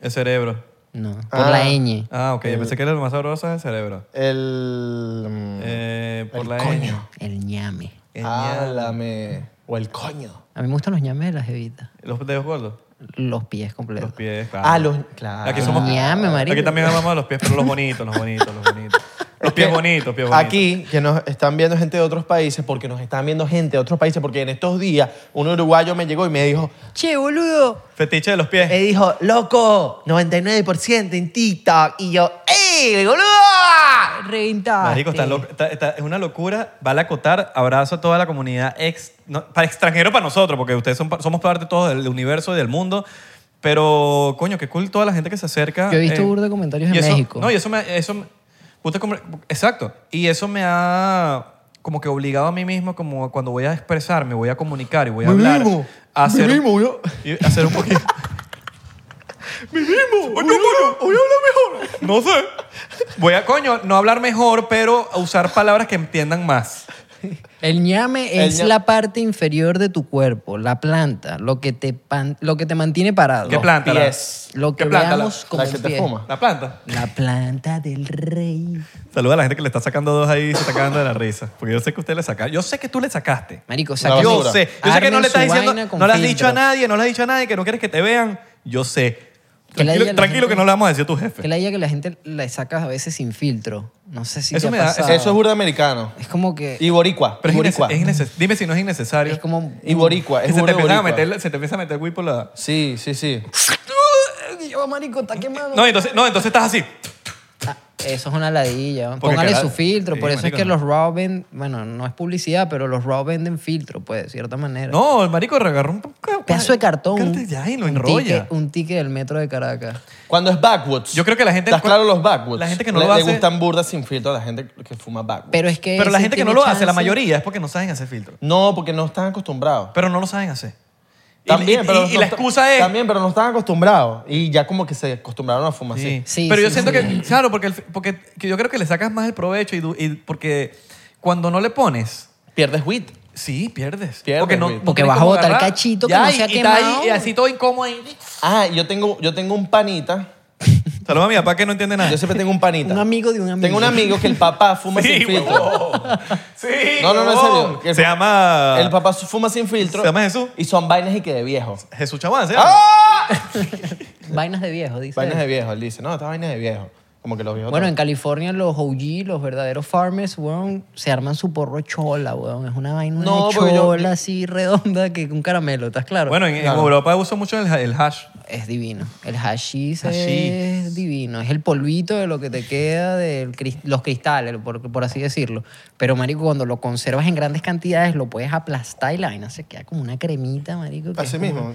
C: El cerebro.
A: No, por
B: Ah.
A: la ñ.
C: Ah, ok. Yo pensé que era lo más sabroso es el cerebro.
B: El. mm,
C: Eh, por
B: el
C: la
B: coño. Ah.
A: El ñame.
C: ñ.
B: Álame. O el coño.
A: A mí me gustan los ñames de las jevitas.
C: Los dedos gordos.
A: Los pies completos.
C: Los pies, claro.
B: Ah, los. Claro.
C: Aquí somos.
A: Ñame, marico.
C: Aquí también amamos a los pies, pero los bonitos, los bonitos, los bonitos. Los pies
B: que
C: bonitos, pies bonitos.
B: Aquí, que nos están viendo gente de otros países, porque nos están viendo gente de otros países, porque en estos días un uruguayo me llegó y me dijo,
A: Che, boludo.
C: Fetiche de los pies.
B: me dijo, loco, 99% en TikTok. Y yo, ¡ey, boludo!
A: Reventaste.
C: Marico, está loco- está- está- es una locura. Vale acotar. Abrazo a toda la comunidad ex, no, para extranjero para nosotros, porque ustedes son pa- somos parte todos del universo y del mundo. Pero, coño, qué cool toda la gente que se acerca. eh,
A: Yo he visto burda de comentarios
C: y
A: en
C: eso-
A: México.
C: No, y eso me... Eso, me- puta, como- exacto. Y eso me ha como que obligado a mí mismo, como cuando voy a expresarme, voy a comunicar y voy a hablar. a hacer, un- y hacer un poquito... No sé. Voy a, coño, no hablar mejor, pero a usar palabras que entiendan más.
A: El ñame
B: El
A: es
B: ña-
A: la parte inferior de tu cuerpo, la planta, lo que te, pan- lo que te mantiene parado.
C: ¿Qué planta? la-
B: pies.
A: Lo que
C: ¿Qué planta?
A: veamos como
B: La que
A: un
B: te
A: pie.
B: fuma.
C: La planta.
A: La planta del rey.
C: Saluda a la gente que le está sacando dos ahí y se está cagando de la risa. Porque yo sé que usted le saca. Yo sé que tú le sacaste.
A: Marico,
B: La
A: saca
C: Yo
B: basura.
C: sé. Yo sé que no
A: Armen
C: le estás
A: su
C: diciendo,
A: vaina con
C: no le has dicho a
A: filtros.
C: nadie, no le has dicho a nadie que no quieres que te vean. Yo sé.
A: Que la diga
C: Tranquilo,
A: la
C: tranquilo
A: gente.
C: que no le vamos a decir a tu jefe.
A: que la idea que la gente la saca a veces sin filtro. No sé si
C: Eso
A: te
C: me
A: ha
C: da-
A: pasado.
B: Eso es burda americano.
A: Es como que...
B: Y boricua.
C: Ah. Pero
B: y
C: es innece-
B: boricua.
C: es innece- dime si no es innecesario.
A: Es como...
B: Y boricua.
C: Que
B: Es
C: se, te
B: burda
C: empieza a
B: boricua.
C: meter, se te empieza a meter güey por la...
B: Sí, sí, sí.
A: Yo, marico, está quemado.
C: No entonces, no, entonces estás así.
A: Ah, Eso es una ladilla.
C: Porque
A: Póngale
C: cada-
A: su filtro.
C: Sí,
A: Por eso es
C: marico,
A: que
C: no.
A: los RAW venden, bueno, no es publicidad, pero los RAW venden filtro, pues, de cierta manera.
C: No, el marico agarró un
A: Pedazo de cartón.
C: Carte- Ya, y lo enrolla.
A: ticket- un ticket del metro de Caracas.
B: Cuando es backwoods.
C: Yo creo que la gente-
B: ¿Estás claro los backwoods?
C: La gente que no
B: le,
C: lo
B: le
C: hace-
B: gustan burdas sin filtro a la gente que fuma backwoods.
A: Pero es que.
C: Pero la
A: ese
C: gente que
A: tiene
C: no lo hace, la
A: chance-
C: mayoría, es porque no saben hacer filtro.
B: No, porque no están acostumbrados.
C: Pero no lo saben hacer. Y-
B: También,
C: y-
B: pero
C: y,
B: no
C: la
B: está-
C: excusa es...
B: También, pero no están acostumbrados. Y ya como que se acostumbraron a fumar
C: Sí.
B: así.
A: Sí,
C: pero yo
A: sí,
C: siento
A: sí.
C: que, claro, porque, el- porque que yo creo que le sacas más el provecho y, du- y porque cuando no le pones,
B: Pierdes wit.
C: sí, pierdes.
B: Pierdes,
C: porque no,
B: güey.
C: no
A: Porque
C: tienes
A: vas a
C: cómo
A: botar
C: agarrar.
A: cachito que no se ha
C: y está ahí,
A: quemado.
C: y así todo incómodo. ahí.
B: Ah, yo tengo, yo tengo un panita.
C: Saludos a mi papá que no entiende nada.
B: Yo siempre tengo un panita.
A: Un amigo de un amigo.
B: Tengo un amigo que el papá fuma sin filtro.
C: Sí,
B: No, no, no, en
C: huevón.
B: serio. Que el
C: Se
B: pa-
C: llama...
B: El papá fuma sin filtro.
C: ¿Se llama Jesús?
B: Y son vainas y que de viejo.
C: Jesús Chabán, ¿sí?
A: Vainas de viejo, dice.
B: Vainas de viejo, él dice. No, esta vaina es de viejo. Como que los viejos.
A: Bueno, en California los OG, los verdaderos farmers, weón, se arman su porro chola, weón. Es una vaina
B: No,
A: de
B: porque
A: chola
B: yo-
A: así redonda que un caramelo, ¿estás claro?
C: Bueno, en, en Europa uso mucho el, ha- el hash.
A: Es divino. El hashish,
C: Hashish.
A: es divino. Es el polvito de lo que te queda de los cristales, por, por así decirlo. Pero, marico, cuando lo conservas en grandes cantidades, lo puedes aplastar y la vaina se queda como una cremita, marico. que es
B: Así
A: como-
B: mismo.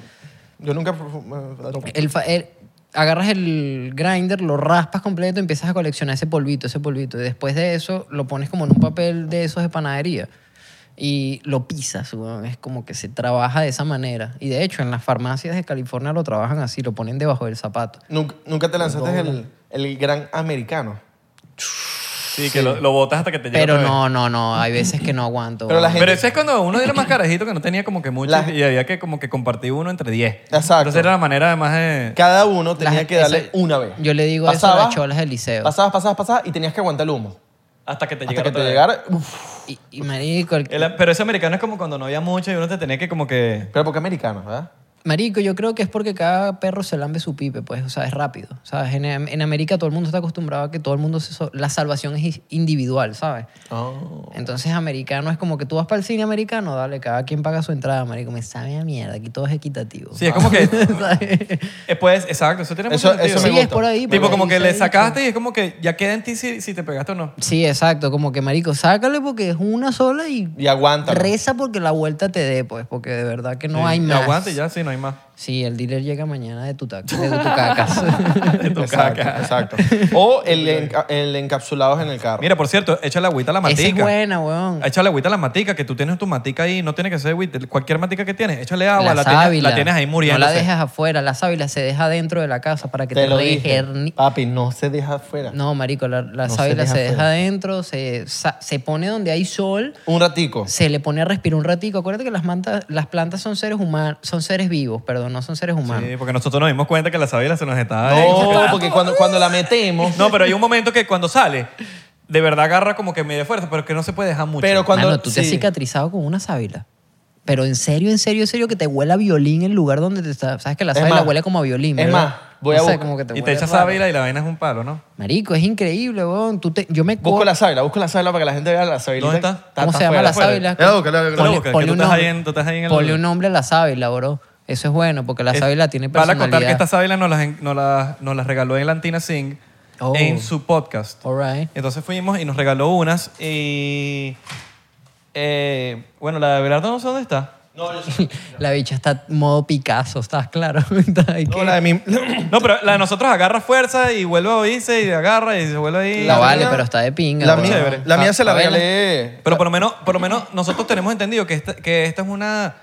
B: Yo nunca. fumé-
A: El, fa- el- agarras el grinder, lo raspas completo, empiezas a coleccionar ese polvito, ese polvito. Y después de eso, lo pones como en un papel de esos de panadería. Y lo pisas, weón. es como que se trabaja de esa manera. Y de hecho, en las farmacias de California lo trabajan así, lo ponen debajo del zapato.
B: Nunca, nunca te lanzaste el, el gran americano.
C: Sí, que lo, lo botas hasta que te llega
A: Pero
C: otra vez.
A: no, no, no, hay veces que no aguanto.
B: Pero la
A: weón.
B: gente-
C: Pero ese es cuando uno era más carajito que no tenía como que mucho
B: La-
C: y había que como que compartir uno entre 10.
B: Exacto.
C: Entonces era la manera además de...
B: Cada uno tenía
A: Las-
B: que darle
A: esa-
B: una vez.
A: yo le digo eso a las cholas del liceo.
B: Pasabas, pasabas, pasabas y tenías que aguantar el humo.
C: Hasta que te
B: Hasta
C: llegara
B: que te
C: otra vez.
B: llegara. uf.
A: Y, y, marico, el-
C: El- pero ese americano es como cuando no había mucho y uno te tenía que como que...
B: Pero porque americano, ¿verdad?
A: Marico, yo creo que es porque cada perro se lambe su pipe, pues, o sea, es rápido, ¿sabes? En, en América todo el mundo está acostumbrado a que todo el mundo, se so- la salvación es individual, ¿sabes?
C: Oh.
A: Entonces, americano es como que tú vas para el cine americano, dale, cada quien paga su entrada, marico, me sabe a mierda, aquí todo es equitativo.
C: Sí, es como que...
A: ¿sabes?
C: eh, pues, exacto, eso tiene
B: Eso-
C: mucho sentido.
B: eso me
A: Sí, es por ahí. por
C: Tipo,
A: ahí
C: como que
A: está
C: le
A: dicho.
C: sacaste y es como que ya queda en ti si, si te pegaste o no.
A: Sí, exacto, como que, marico, sácale porque es una sola y
B: Y aguanta.
A: reza porque la vuelta te dé, pues, porque de verdad que no hay
C: Y
A: más.
C: Aguante y ya, sí, no hay más.
A: Sí, el dealer llega mañana de tu, tac- de tu cacas.
B: Exacto, exacto. O el, enca- el encapsulado en el carro.
C: Mira, por cierto, échale agüita a la matica.
A: Esa es buena, weón.
C: Échale agüita a la matica, que tú tienes tu matica ahí, no tiene que ser agüita. Cualquier matica que tienes, échale agua, la, tienes,
A: sábila.
C: la tienes ahí muriendo.
A: No la dejas afuera, la sábila se deja dentro de la casa para que te,
B: te lo dije.
A: regerni-
B: Papi, no se deja afuera.
A: No, marico, la, la
B: No se
A: sábila
B: deja
A: se, deja
B: afuera.
A: dentro, se, sa- se pone donde hay sol,
B: Un ratico.
A: se le pone a respirar un ratico. Acuérdate que las, mantas, las plantas son seres humanos, son seres vivos, perdón, no son seres humanos.
C: Sí, porque nosotros nos dimos cuenta que la sábila se nos estaba... ahí.
B: No, porque cuando, cuando la metemos.
C: No, pero hay un momento que cuando sale, de verdad agarra como que medio fuerza, pero que no se puede dejar mucho.
B: Pero cuando.
A: Mano, tú te has
B: sí.
A: cicatrizado con una sábila. Pero en serio, en serio, en serio, que te huela a violín el lugar donde te está. Sabes que la
B: Es
A: sábila
B: más,
A: huele como a violín.
B: es
A: ¿verdad?
B: más, voy a
A: No sé,
B: buscar-
A: como que te
C: y te
A: huele
C: echas
A: raro.
C: sábila y la vaina es un palo, ¿no?
A: Marico, es increíble, weón. Tú te, yo me
B: Busco la sábila, busco la sábila para que la gente vea la sábila.
C: ¿Dónde está?
A: ¿Cómo se llama la sábila?
B: Ya, búscala, búscala.
A: Ponle-
C: La busca, que
A: ponle
C: tú
A: un
C: estás
A: nombre.
C: ahí en- tú estás ahí en el-
A: Ponle un nombre a la sábila, bro. Eso es bueno, porque la sábila tiene
C: Vale a
A: personalidad.
C: contar que esta sábila nos las, en- nos las, nos las regaló Atlantina Singh
A: Oh.
C: en su podcast.
A: All right.
C: Entonces fuimos y nos regaló unas y... eh, bueno, la de Belardo no sé dónde está.
A: La bicha está modo Picasso, ¿estás claro? Está ahí que-
B: No, la de mi-
C: No, pero la de nosotros agarra fuerza y vuelve a oírse y agarra y se vuelve ahí.
A: No
B: La-
A: vale,
B: mía-
A: pero está de pinga.
B: La
A: bro.
B: mía, la mía se la
A: Sábila.
B: regalé.
C: Pero por lo menos, por lo menos nosotros tenemos entendido que esta, que esta es una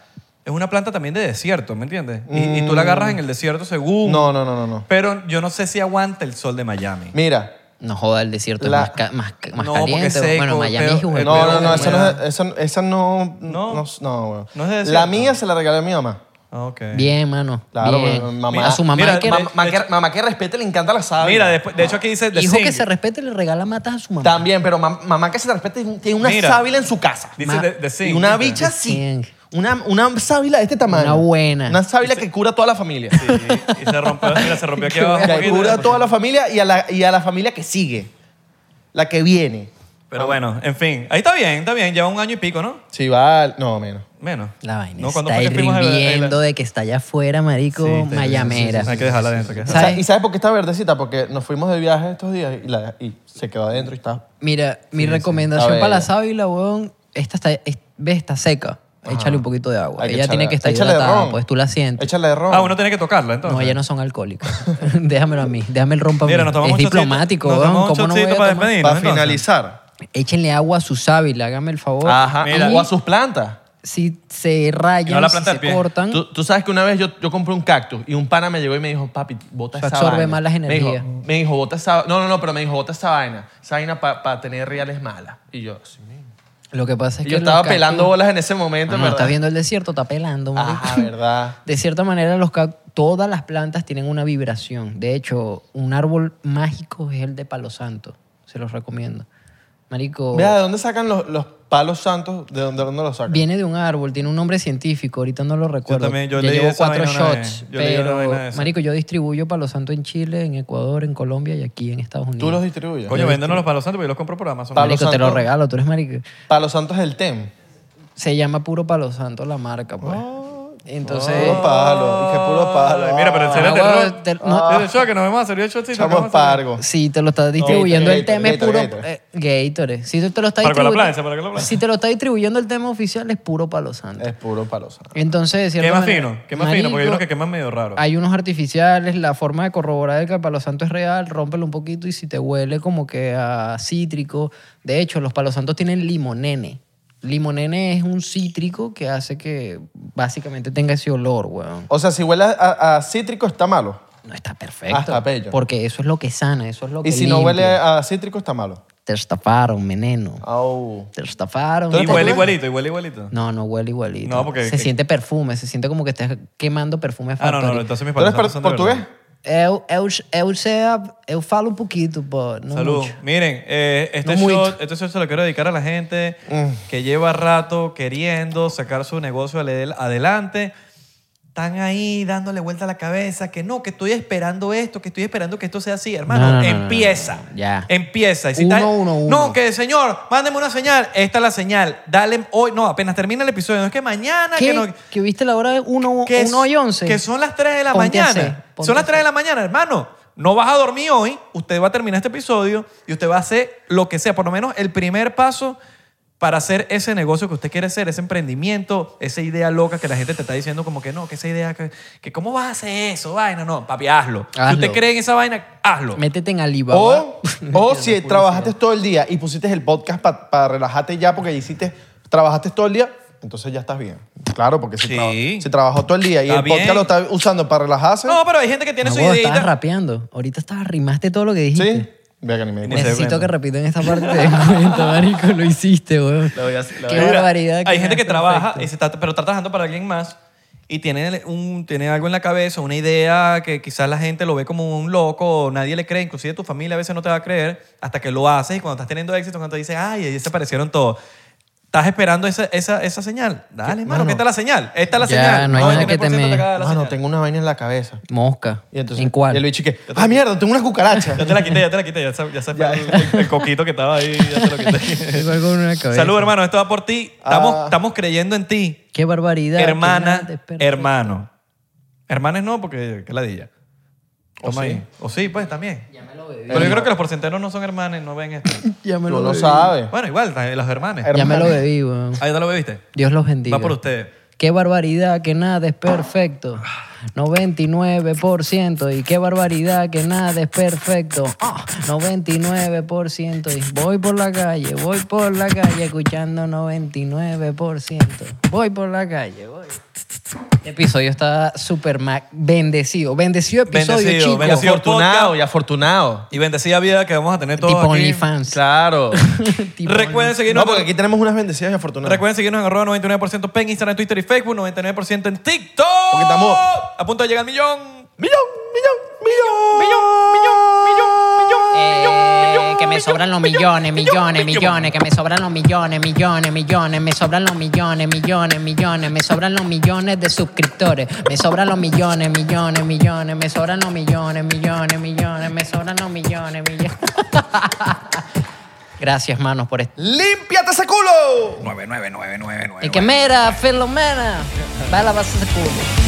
C: es una planta también de desierto, ¿me entiendes? Y, y
A: Mm.
C: tú la agarras en el desierto según.
B: No, no, no, no, no.
C: Pero yo no sé si aguanta el sol de Miami.
B: Mira,
A: No joda, el desierto
B: La-
A: es más, ca- más, ca- más
C: No, porque
A: caliente.
C: es seco,
A: bueno, Miami
C: pero-
A: es un
C: eh,
B: No,
C: Pero
B: no, no,
C: de
B: esa no,
C: humedad.
B: es- esa, esa no.
C: No.
B: No, no, weón.
C: No es de desierto.
B: La mía se la regalé a mi mamá.
C: Ah, ok.
A: Bien, mano.
B: Claro,
A: bien.
B: porque mamá-
A: a su mamá
C: Mira,
A: hay que...
C: ma-
B: Mamá que, mamá que respete, le encanta la sábila.
C: Mira, después- de hecho aquí dice The
A: hijo que
C: Zinc.
A: se respete le regala matas a su mamá.
B: También, pero mam- mamá que se respete tiene una
C: Mira.
B: sábila en su casa.
C: Dice
A: Ma-
C: The, The Zinc,
B: y una
C: ¿viste?
B: bicha
A: Cien.
B: así. Una, una sábila de este tamaño.
A: Una buena.
B: Una sábila que cura a toda la familia.
C: Sí, y se rompió, mira, se rompió aquí abajo. un
B: Que
C: poquito.
B: cura a toda la familia y a la, y a la familia que sigue. La que viene.
C: Pero bueno, en fin. Ahí está bien, está bien. Lleva un año y pico, ¿no?
B: Sí, va. No, menos.
C: Menos.
A: La vaina
C: ¿No? ¿Cuándo
A: está
C: fue que fuimos a la- a la-
A: hirviendo de que está allá afuera, marico,
C: Sí, está-
A: mayamera.
C: sí, sí, sí, Hay que dejarla adentro. hay que
B: O
C: dejarla.
B: sea,
A: ¿Sabes?
B: ¿Y sabes por qué está verdecita? Porque nos fuimos de viaje estos días y, la- y se quedó adentro y está.
A: Mira, mi
B: Está
A: recomendación
B: bella.
A: para la sábila, weón, esta está, es- ve, está seca. Échale un poquito de agua.
B: Hay que
A: Ella tiene
B: echarle-
A: que estar
B: échale de
A: hidratada,
B: ron.
A: pues tú la sientes.
B: Échale de ron.
C: Ah, uno tiene que tocarla, entonces.
A: No, ellas no son alcohólicas. Déjamelo a mí. Déjame el rompa a mí.
C: Mira, nos tomamos
A: Es
C: un shotcito.
A: diplomático,
C: Nos
A: weón.
C: tomamos un
A: ¿Cómo no voy
C: shotcito
A: a
C: para
A: tomar?
C: despedir.
B: Para
C: entonces.
B: finalizar.
A: Échenle agua a su sábila, hágame el favor.
B: Ajá.
C: Mira.
B: O a sus plantas.
A: Si se rayan,
C: No, la
A: si
C: planta
A: se
C: del pie.
A: cortan,
B: Tú, tú sabes que una vez yo, yo compré un cactus y un pana me llegó y me dijo, papi, bota
A: Eso
B: esa
A: absorbe
B: vaina.
A: malas
B: Me dijo- Me
A: energías.
B: dijo, bota esa... No, no, no, pero me dijo, bota esa vaina. Esa vaina para tener reales malas. Y yo, sí, mismo.
A: lo que pasa es
B: Y
A: que...
B: yo
A: los
B: estaba
A: cactus-
B: pelando bolas en ese momento,
A: Ah,
B: en ¿verdad?
A: estás viendo el desierto, está pelando, marico.
B: Ah, verdad.
A: De cierta manera, los cac- todas las plantas tienen una vibración. De hecho, un árbol mágico es el de palo santo. Se los recomiendo. Marico,
B: Vea, ¿de dónde sacan los, los palos santos? ¿De dónde, dónde los sacan?
A: viene de un árbol, tiene un nombre científico, ahorita no lo recuerdo.
C: también, yo
A: Ya
C: leí
A: llevo
C: esa
A: cuatro
C: vaina una
A: shots,
C: vez. Yo leí una vaina de
A: pero
C: esa.
A: marico, yo distribuyo palo santo en Chile, en Ecuador, en Colombia y aquí en Estados Unidos.
B: Tú los distribuyes.
C: Coño, véndenos los palos santos porque yo los compro por Amazon.
B: Palo
A: marico, te
B: santo.
A: lo regalo, tú eres marico.
B: Palos santos del TEM.
A: Se llama puro palo santo la marca, pues.
C: Oh.
A: Entonces,
B: Puro palo, dije puro palo. Ah,
C: Ay, Mira, pero en serio,
A: Ah,
C: te
A: huevo,
C: ro-
A: te- no.
C: Desde el show que nos vemos a servir el shotcito, que
B: Chamo
C: vamos a servir.
B: pargo.
A: Si te lo está distribuyendo el
B: Gatorade,
A: tema es puro
B: Gatorade.
A: eh, Gatorade. Si te lo está
C: Para con la
A: distribuyendo
C: plancha, para con la plancha.
A: Si te lo está distribuyendo el tema oficial es puro palo santo.
B: Es puro palo santo.
A: Entonces, de cierta
C: Quema
A: manera-
C: fino, quema fino, porque hay
A: Marico,
C: unos que queman medio raro.
A: hay unos artificiales, la forma de corroborar que el palo santo es real, rómpelo un poquito y si te huele como que a cítrico. De hecho, los palos santos tienen limonene. Limonene es un cítrico que hace que básicamente tenga ese olor, weón.
B: O sea, si huele a, a- a cítrico está malo.
A: No está perfecto.
B: Ah, está bello.
A: Porque eso es lo que sana, eso es lo que
B: Y si no
A: limpia.
B: huele a cítrico está malo.
A: Te estafaron, veneno.
B: Au.
A: Te estafaron.
C: Y huele igualito, y huele igualito.
A: No, no huele igualito.
C: No, porque-
A: se
C: que-
A: siente perfume, se siente como que estás quemando perfume
C: Ah, no,
A: factory.
C: no, no, entonces mis
B: ¿Tú eres
C: palos santos
B: per-
C: son de
B: portugués?
C: verdad.
A: Eu, eu, eu, sei a- eu falo un poquito, pero no
C: Salud.
A: mucho.
C: Miren, eh, este,
A: No mucho. Mm.
C: shot, este shot se lo quiero dedicar a la gente que lleva rato queriendo sacar su negocio ale- adelante. Están ahí dándole vuelta a la cabeza, que no, que estoy esperando esto, que estoy esperando que esto sea así. Hermano,
A: No, no, no,
C: empieza.
A: no, no, no. Ya.
C: Empieza. Y si
A: Uno,
C: estás-
A: uno, uno.
C: No, que señor, mándeme una señal. Esta es la señal. Dale hoy. No, apenas termina el episodio. No es que mañana.
A: ¿Qué?
C: Ah, Que no,
A: ¿Que viste la hora 1
C: que es-
A: y 11?
C: Que son las 3 de la
A: Ponte a hacer,
C: mañana.
A: ponte
C: Son las
A: a
C: 3 de la mañana, hermano. No vas a dormir hoy. Usted va a terminar este episodio y usted va a hacer lo que sea, por lo menos el primer paso para hacer ese negocio que usted quiere hacer, ese emprendimiento, esa idea loca que la gente te está diciendo como que no, que esa idea, que, que cómo vas a hacer eso, vaina. No, papi, hazlo. Si
A: Hazlo.
C: usted cree en esa vaina, hazlo.
A: Métete en Alibaba.
C: Oh,
B: O, o si trabajaste todo el día y pusiste el podcast para relajarte ya porque hiciste, trabajaste todo el día, entonces ya estás bien. Claro, porque si,
C: Sí.
B: traba- si trabajó todo el día y
C: Está
B: el podcast
C: bien.
B: lo está usando para relajarse,
C: No, pero hay gente que tiene
A: No,
C: su
A: vos estabas
C: idea.
A: rapeando. Ahorita estabas, rimaste todo lo que dijiste.
B: ¿sí? Vea que ni me di cuenta.
A: Necesito que repitan esta parte de cuenta, marico. Lo hiciste, weón.
D: Lo voy a hacer, lo
A: Qué
D: voy a-
A: barbaridad.
C: Hay
A: me
C: gente que
A: das
C: trabaja,
A: perfecto.
C: y se está- pero está trabajando para alguien más y tiene, un, tiene algo en la cabeza, una idea que quizás la gente lo ve como un loco, o nadie le cree, inclusive tu familia a veces no te va a creer hasta que lo haces y cuando estás teniendo éxito, cuando te dices, ay, ahí se parecieron todos. Estás esperando esa, esa, esa señal. Dale, hermano, que esta es la señal. Esta es la
A: Ya,
C: señal.
A: no hay nada que
C: 99% te
A: temer.
C: acaba de dar la
B: Mano,
C: señal.
B: tengo una vaina en la cabeza.
A: Mosca.
B: Y entonces,
A: ¿En cuál?
B: Y el bicho que, ah, mierda, tengo una cucaracha.
C: Ya te la quité, ya te la quité. Ya se, ya se fue el, el coquito que estaba ahí. Ya te lo quité.
A: Tengo algo en la cabeza.
C: Salud, hermano. Esto va por ti. Estamos,
B: Ah.
C: estamos creyendo en ti.
A: Qué barbaridad.
C: hermana,
A: qué nada,
C: hermano. Hermanes no, porque qué ladilla. Toma ahí. O sí, pues también. Pero yo creo que los porcenteros no son hermanes, no ven esto.
A: Ya me
B: Tú
A: lo
B: lo
A: bebí.
B: sabes.
C: bueno, igual, ta- los hermanes.
B: Her-
A: Ya me lo bebí, weón.
C: Ahí ya lo bebiste.
A: Dios los bendiga.
C: Va por ustedes.
A: Qué barbaridad que nada es perfecto. 99% y qué barbaridad que nada es perfecto. Ah, 99% y voy por la calle, voy por la calle escuchando 99%. Voy por la calle, voy. Este episodio está súper ma- bendecido. Bendecido episodio,
C: Bendecido,
A: chicos.
B: Y
C: bendecido.
B: afortunado, y afortunado.
C: Y bendecida vida que vamos a tener todos
A: Tipo
C: aquí.
A: OnlyFans.
B: Claro.
A: Tipo
C: Recuerden seguirnos,
B: No, porque aquí tenemos unas bendecidas y afortunadas.
C: recuerden seguirnos en arroba 99% en Instagram, Twitter y Facebook, 99% en TikTok.
B: Porque estamos-
C: a punto de llegar al millón.
B: Millón, millón, millón. Millón, millón, millón, millón.
A: Eh, que me sobran los millones, millones, millones, que me sobran los millones, millones, millones, me sobran los millones, millones, millones, me sobran los millones de suscriptores, me sobran los millones, millones, millones, me sobran los millones, millones, millones, me sobran los millones, millones. Gracias, manos, por este. esto.
B: ¡Límpiate ese culo!
A: Y que mira, Filomena, va a lavarse ese culo.